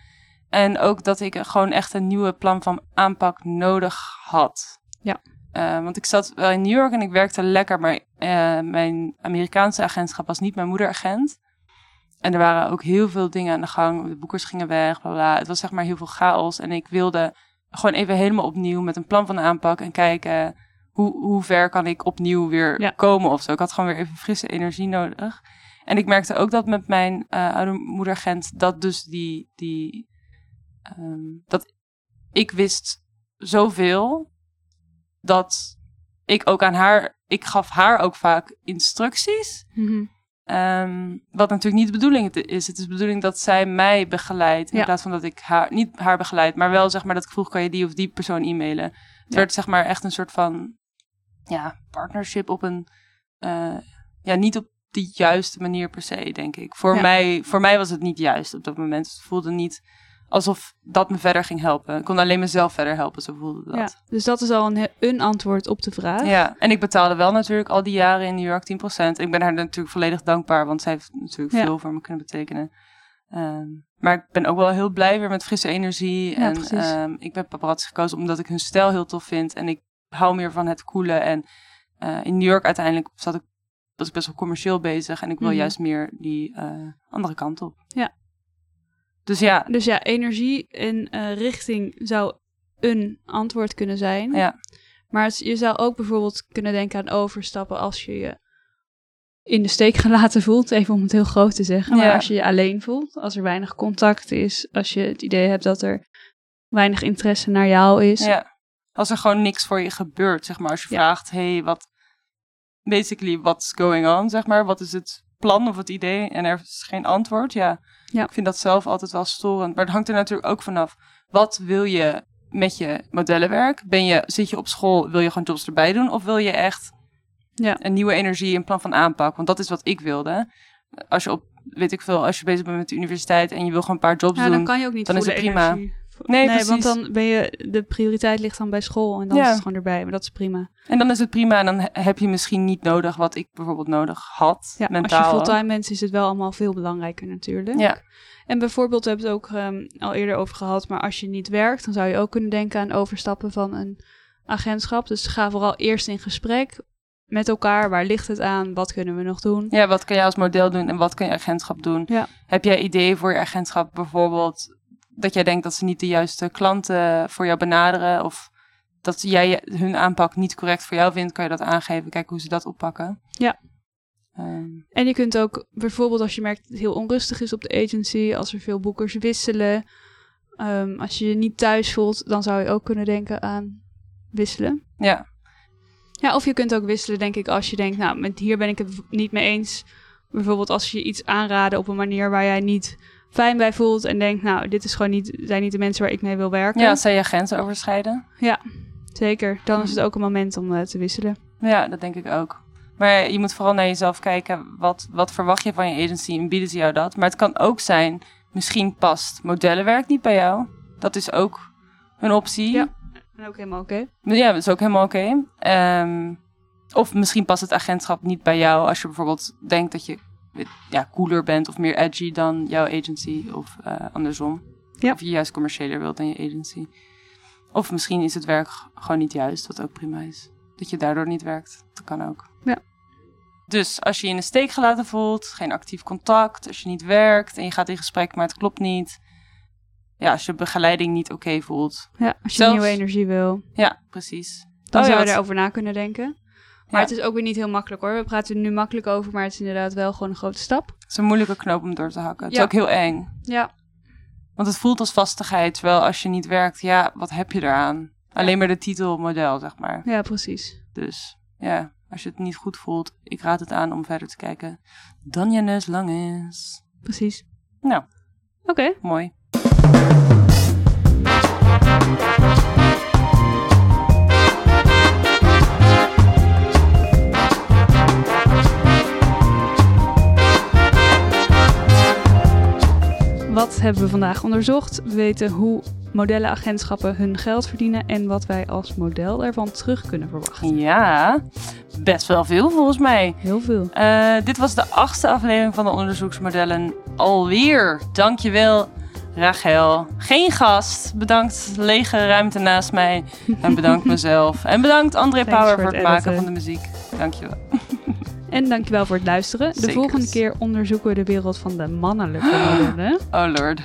[SPEAKER 2] En ook dat ik gewoon echt een nieuwe plan van aanpak nodig had.
[SPEAKER 1] Ja.
[SPEAKER 2] Eh, want ik zat wel in New York en ik werkte lekker, maar eh, mijn Amerikaanse agentschap was niet mijn moederagent. En er waren ook heel veel dingen aan de gang. De boekers gingen weg, bla bla. Het was zeg maar heel veel chaos. En ik wilde gewoon even helemaal opnieuw met een plan van aanpak en kijken hoe, hoe ver kan ik opnieuw weer
[SPEAKER 1] Ja.
[SPEAKER 2] komen of zo. Ik had gewoon weer even frisse energie nodig. En ik merkte ook dat met mijn eh oude moederagent dat dus die, die ehm, dat ik wist zoveel dat ik ook aan haar, ik gaf haar ook vaak instructies. Ehm, wat natuurlijk niet de bedoeling het is. Het is de bedoeling dat zij mij begeleidt. In
[SPEAKER 1] Ja.
[SPEAKER 2] plaats van dat ik haar, niet haar begeleid, maar wel zeg maar dat ik vroeg: kan je die of die persoon e-mailen? Het
[SPEAKER 1] Ja.
[SPEAKER 2] werd zeg maar echt een soort van ja, partnership op een. eh, ja, niet op de juiste manier per se, denk ik. Voor,
[SPEAKER 1] Ja.
[SPEAKER 2] mij, voor mij was het niet juist op dat moment. Het voelde niet alsof dat me verder ging helpen. Ik kon alleen mezelf verder helpen, zo voelde
[SPEAKER 1] Ja,
[SPEAKER 2] dat.
[SPEAKER 1] dus dat is al een, he- een antwoord op de vraag.
[SPEAKER 2] Ja, en ik betaalde wel natuurlijk al die jaren in New York 10%. Ik ben haar natuurlijk volledig dankbaar, want zij heeft natuurlijk
[SPEAKER 1] Ja.
[SPEAKER 2] veel voor me kunnen betekenen. Ehm, maar ik ben ook wel heel blij weer met frisse energie.
[SPEAKER 1] Ja,
[SPEAKER 2] en
[SPEAKER 1] precies.
[SPEAKER 2] ehm, ik ben paparazzi gekozen omdat ik hun stijl heel tof vind. En ik hou meer van het coole. En eh, in New York uiteindelijk zat ik, was ik best wel commercieel bezig. En ik wil
[SPEAKER 1] Mhm.
[SPEAKER 2] juist meer die eh, andere kant op.
[SPEAKER 1] Ja.
[SPEAKER 2] Dus ja,
[SPEAKER 1] Dus ja, energie en eh, richting zou een antwoord kunnen zijn.
[SPEAKER 2] Ja.
[SPEAKER 1] Maar het- je zou ook bijvoorbeeld kunnen denken aan overstappen als je je in de steek gelaten voelt, even om het heel groot te zeggen. Maar
[SPEAKER 2] Ja.
[SPEAKER 1] als je je alleen voelt, als er weinig contact is, als je het idee hebt dat er weinig interesse naar jou is.
[SPEAKER 2] Ja. Als er gewoon niks voor je gebeurt, zeg maar. Als je
[SPEAKER 1] Ja.
[SPEAKER 2] vraagt, hey, wat... Basically, what's going on, zeg maar. Wat is het plan of het idee? En er is geen antwoord, ja.
[SPEAKER 1] Ja.
[SPEAKER 2] Ik vind dat zelf altijd wel storend. Maar het hangt er natuurlijk ook vanaf. Wat wil je met je modellenwerk? Ben je, zit je op school, wil je gewoon jobs erbij doen? Of wil je echt
[SPEAKER 1] Ja.
[SPEAKER 2] een nieuwe energie, een plan van aanpak? Want dat is wat ik wilde. Als je op, weet ik veel, als je bezig bent met de universiteit... en je wil gewoon een paar jobs
[SPEAKER 1] Ja,
[SPEAKER 2] doen...
[SPEAKER 1] dan kan je ook niet
[SPEAKER 2] dan is
[SPEAKER 1] voelen
[SPEAKER 2] het prima.
[SPEAKER 1] energie.
[SPEAKER 2] Nee, precies.
[SPEAKER 1] want dan ben je, de prioriteit ligt dan bij school en dan
[SPEAKER 2] Ja.
[SPEAKER 1] is het gewoon erbij. Maar dat is prima.
[SPEAKER 2] En dan is het prima en dan he- heb je misschien niet nodig wat ik bijvoorbeeld nodig had.
[SPEAKER 1] Ja,
[SPEAKER 2] mentaal.
[SPEAKER 1] als je
[SPEAKER 2] ook.
[SPEAKER 1] fulltime bent, is het wel allemaal veel belangrijker natuurlijk.
[SPEAKER 2] Ja,
[SPEAKER 1] En bijvoorbeeld, we hebben het ook ehm, al eerder over gehad, maar als je niet werkt, dan zou je ook kunnen denken aan overstappen van een agentschap. Dus ga vooral eerst in gesprek met elkaar. Waar ligt het aan? Wat kunnen we nog doen?
[SPEAKER 2] ja, wat kan jij als model doen en wat kan je agentschap doen?
[SPEAKER 1] Ja.
[SPEAKER 2] Heb jij ideeën voor je agentschap bijvoorbeeld? Dat jij denkt dat ze niet de juiste klanten voor jou benaderen of dat jij je- hun aanpak niet correct voor jou vindt, kan je dat aangeven, kijken hoe ze dat oppakken.
[SPEAKER 1] Ja.
[SPEAKER 2] Ehm, Ehm,
[SPEAKER 1] En je kunt ook bijvoorbeeld als je merkt dat het heel onrustig is op de agency, als er veel boekers wisselen, ehm, als je je niet thuis voelt, dan zou je ook kunnen denken aan wisselen.
[SPEAKER 2] ja,
[SPEAKER 1] Ja, of je kunt ook wisselen, denk ik, als je denkt, nou, met hier ben ik het niet mee eens. Bijvoorbeeld als je iets aanraden op een manier waar jij niet fijn bij voelt en denkt, nou, dit is gewoon niet, zijn niet de mensen waar ik mee wil werken.
[SPEAKER 2] ja, zijn je grenzen overschrijden?
[SPEAKER 1] Zeker, dan is het ook een moment om eh, te wisselen.
[SPEAKER 2] Ja, dat denk ik ook. Maar je moet vooral naar jezelf kijken. Wat, wat verwacht je van je agency en bieden ze jou dat? Maar het kan ook zijn, misschien past modellenwerk niet bij jou. Dat is ook een optie.
[SPEAKER 1] Ja. En ook helemaal oké.
[SPEAKER 2] Ja, dat is ook helemaal oké. Ehm, of misschien past het agentschap niet bij jou als je bijvoorbeeld denkt dat je ja, cooler bent of meer edgy dan jouw agency of eh, andersom.
[SPEAKER 1] Ja.
[SPEAKER 2] Of je juist commerciëler wilt dan je agency. Of misschien is het werk g- gewoon niet juist, wat ook prima is. Dat je daardoor niet werkt, dat kan ook.
[SPEAKER 1] Ja.
[SPEAKER 2] Dus als je je in de steek gelaten voelt, geen actief contact, als je niet werkt en je gaat in gesprek, maar het klopt niet. Ja, als je begeleiding niet oké voelt.
[SPEAKER 1] Ja, als je
[SPEAKER 2] Zelfs-
[SPEAKER 1] nieuwe energie wil,
[SPEAKER 2] Ja, precies.
[SPEAKER 1] dan
[SPEAKER 2] Oh
[SPEAKER 1] zou
[SPEAKER 2] ja,
[SPEAKER 1] je
[SPEAKER 2] wat-
[SPEAKER 1] daarover na kunnen denken. Maar het is ook weer niet heel makkelijk hoor. We praten er nu makkelijk over, maar het is inderdaad wel gewoon een grote stap.
[SPEAKER 2] Het is een moeilijke knoop om door te hakken. Het is
[SPEAKER 1] Ja.
[SPEAKER 2] ook heel eng.
[SPEAKER 1] Ja,
[SPEAKER 2] Want het voelt als vastigheid, terwijl als je niet werkt, ja, wat heb je eraan? Alleen maar de titelmodel, zeg maar.
[SPEAKER 1] ja precies.
[SPEAKER 2] Dus ja, als je het niet goed voelt, ik raad het aan om verder te kijken. Dan Janus lang is.
[SPEAKER 1] Precies.
[SPEAKER 2] Nou,
[SPEAKER 1] Oké,
[SPEAKER 2] mooi.
[SPEAKER 1] wat hebben we vandaag onderzocht? We weten hoe modellenagentschappen hun geld verdienen en wat wij als model ervan terug kunnen verwachten.
[SPEAKER 2] Ja, best wel veel volgens mij.
[SPEAKER 1] Heel veel.
[SPEAKER 2] Eh, dit was de achtste aflevering van de onderzoeksmodellen. Alweer. Dankjewel, Rachel. Geen gast. Bedankt, lege ruimte naast mij. En bedankt mezelf. En bedankt André
[SPEAKER 1] Thanks
[SPEAKER 2] Power
[SPEAKER 1] voor
[SPEAKER 2] voor het
[SPEAKER 1] het
[SPEAKER 2] maken van
[SPEAKER 1] editen.
[SPEAKER 2] de muziek. Dankjewel.
[SPEAKER 1] En dankjewel voor het luisteren. De
[SPEAKER 2] Zekers.
[SPEAKER 1] volgende keer onderzoeken we de wereld van de mannelijke modellen.
[SPEAKER 2] Oh lord.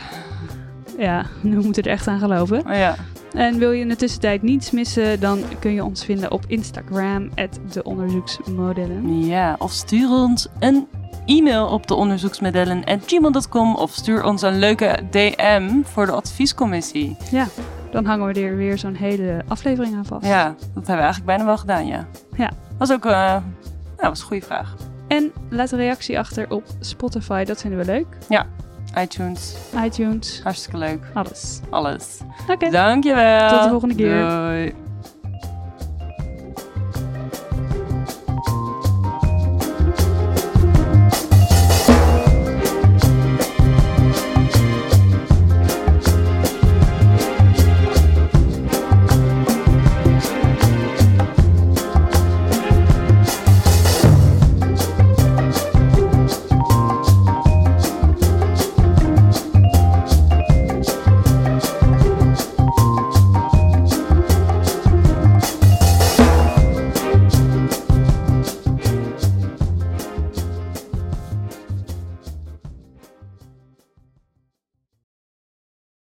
[SPEAKER 1] Ja, nu moeten we er echt aan geloven.
[SPEAKER 2] Oh, ja.
[SPEAKER 1] En wil je in de tussentijd niets missen, dan kun je ons vinden op Instagram, de onderzoeksmodellen.
[SPEAKER 2] ja. Of stuur ons een e-mail op de onderzoeksmodellen of stuur ons een leuke DM voor de adviescommissie.
[SPEAKER 1] Ja, dan hangen we er weer zo'n hele aflevering aan vast.
[SPEAKER 2] Ja, dat hebben we eigenlijk bijna wel gedaan, ja.
[SPEAKER 1] Ja.
[SPEAKER 2] Was ook eh, nou, was een goede vraag.
[SPEAKER 1] En laat een reactie achter op Spotify, dat vinden we leuk.
[SPEAKER 2] iTunes,
[SPEAKER 1] iTunes,
[SPEAKER 2] hartstikke leuk.
[SPEAKER 1] alles.
[SPEAKER 2] Alles.
[SPEAKER 1] Oké,
[SPEAKER 2] Dankjewel.
[SPEAKER 1] Tot de volgende keer.
[SPEAKER 2] Doei.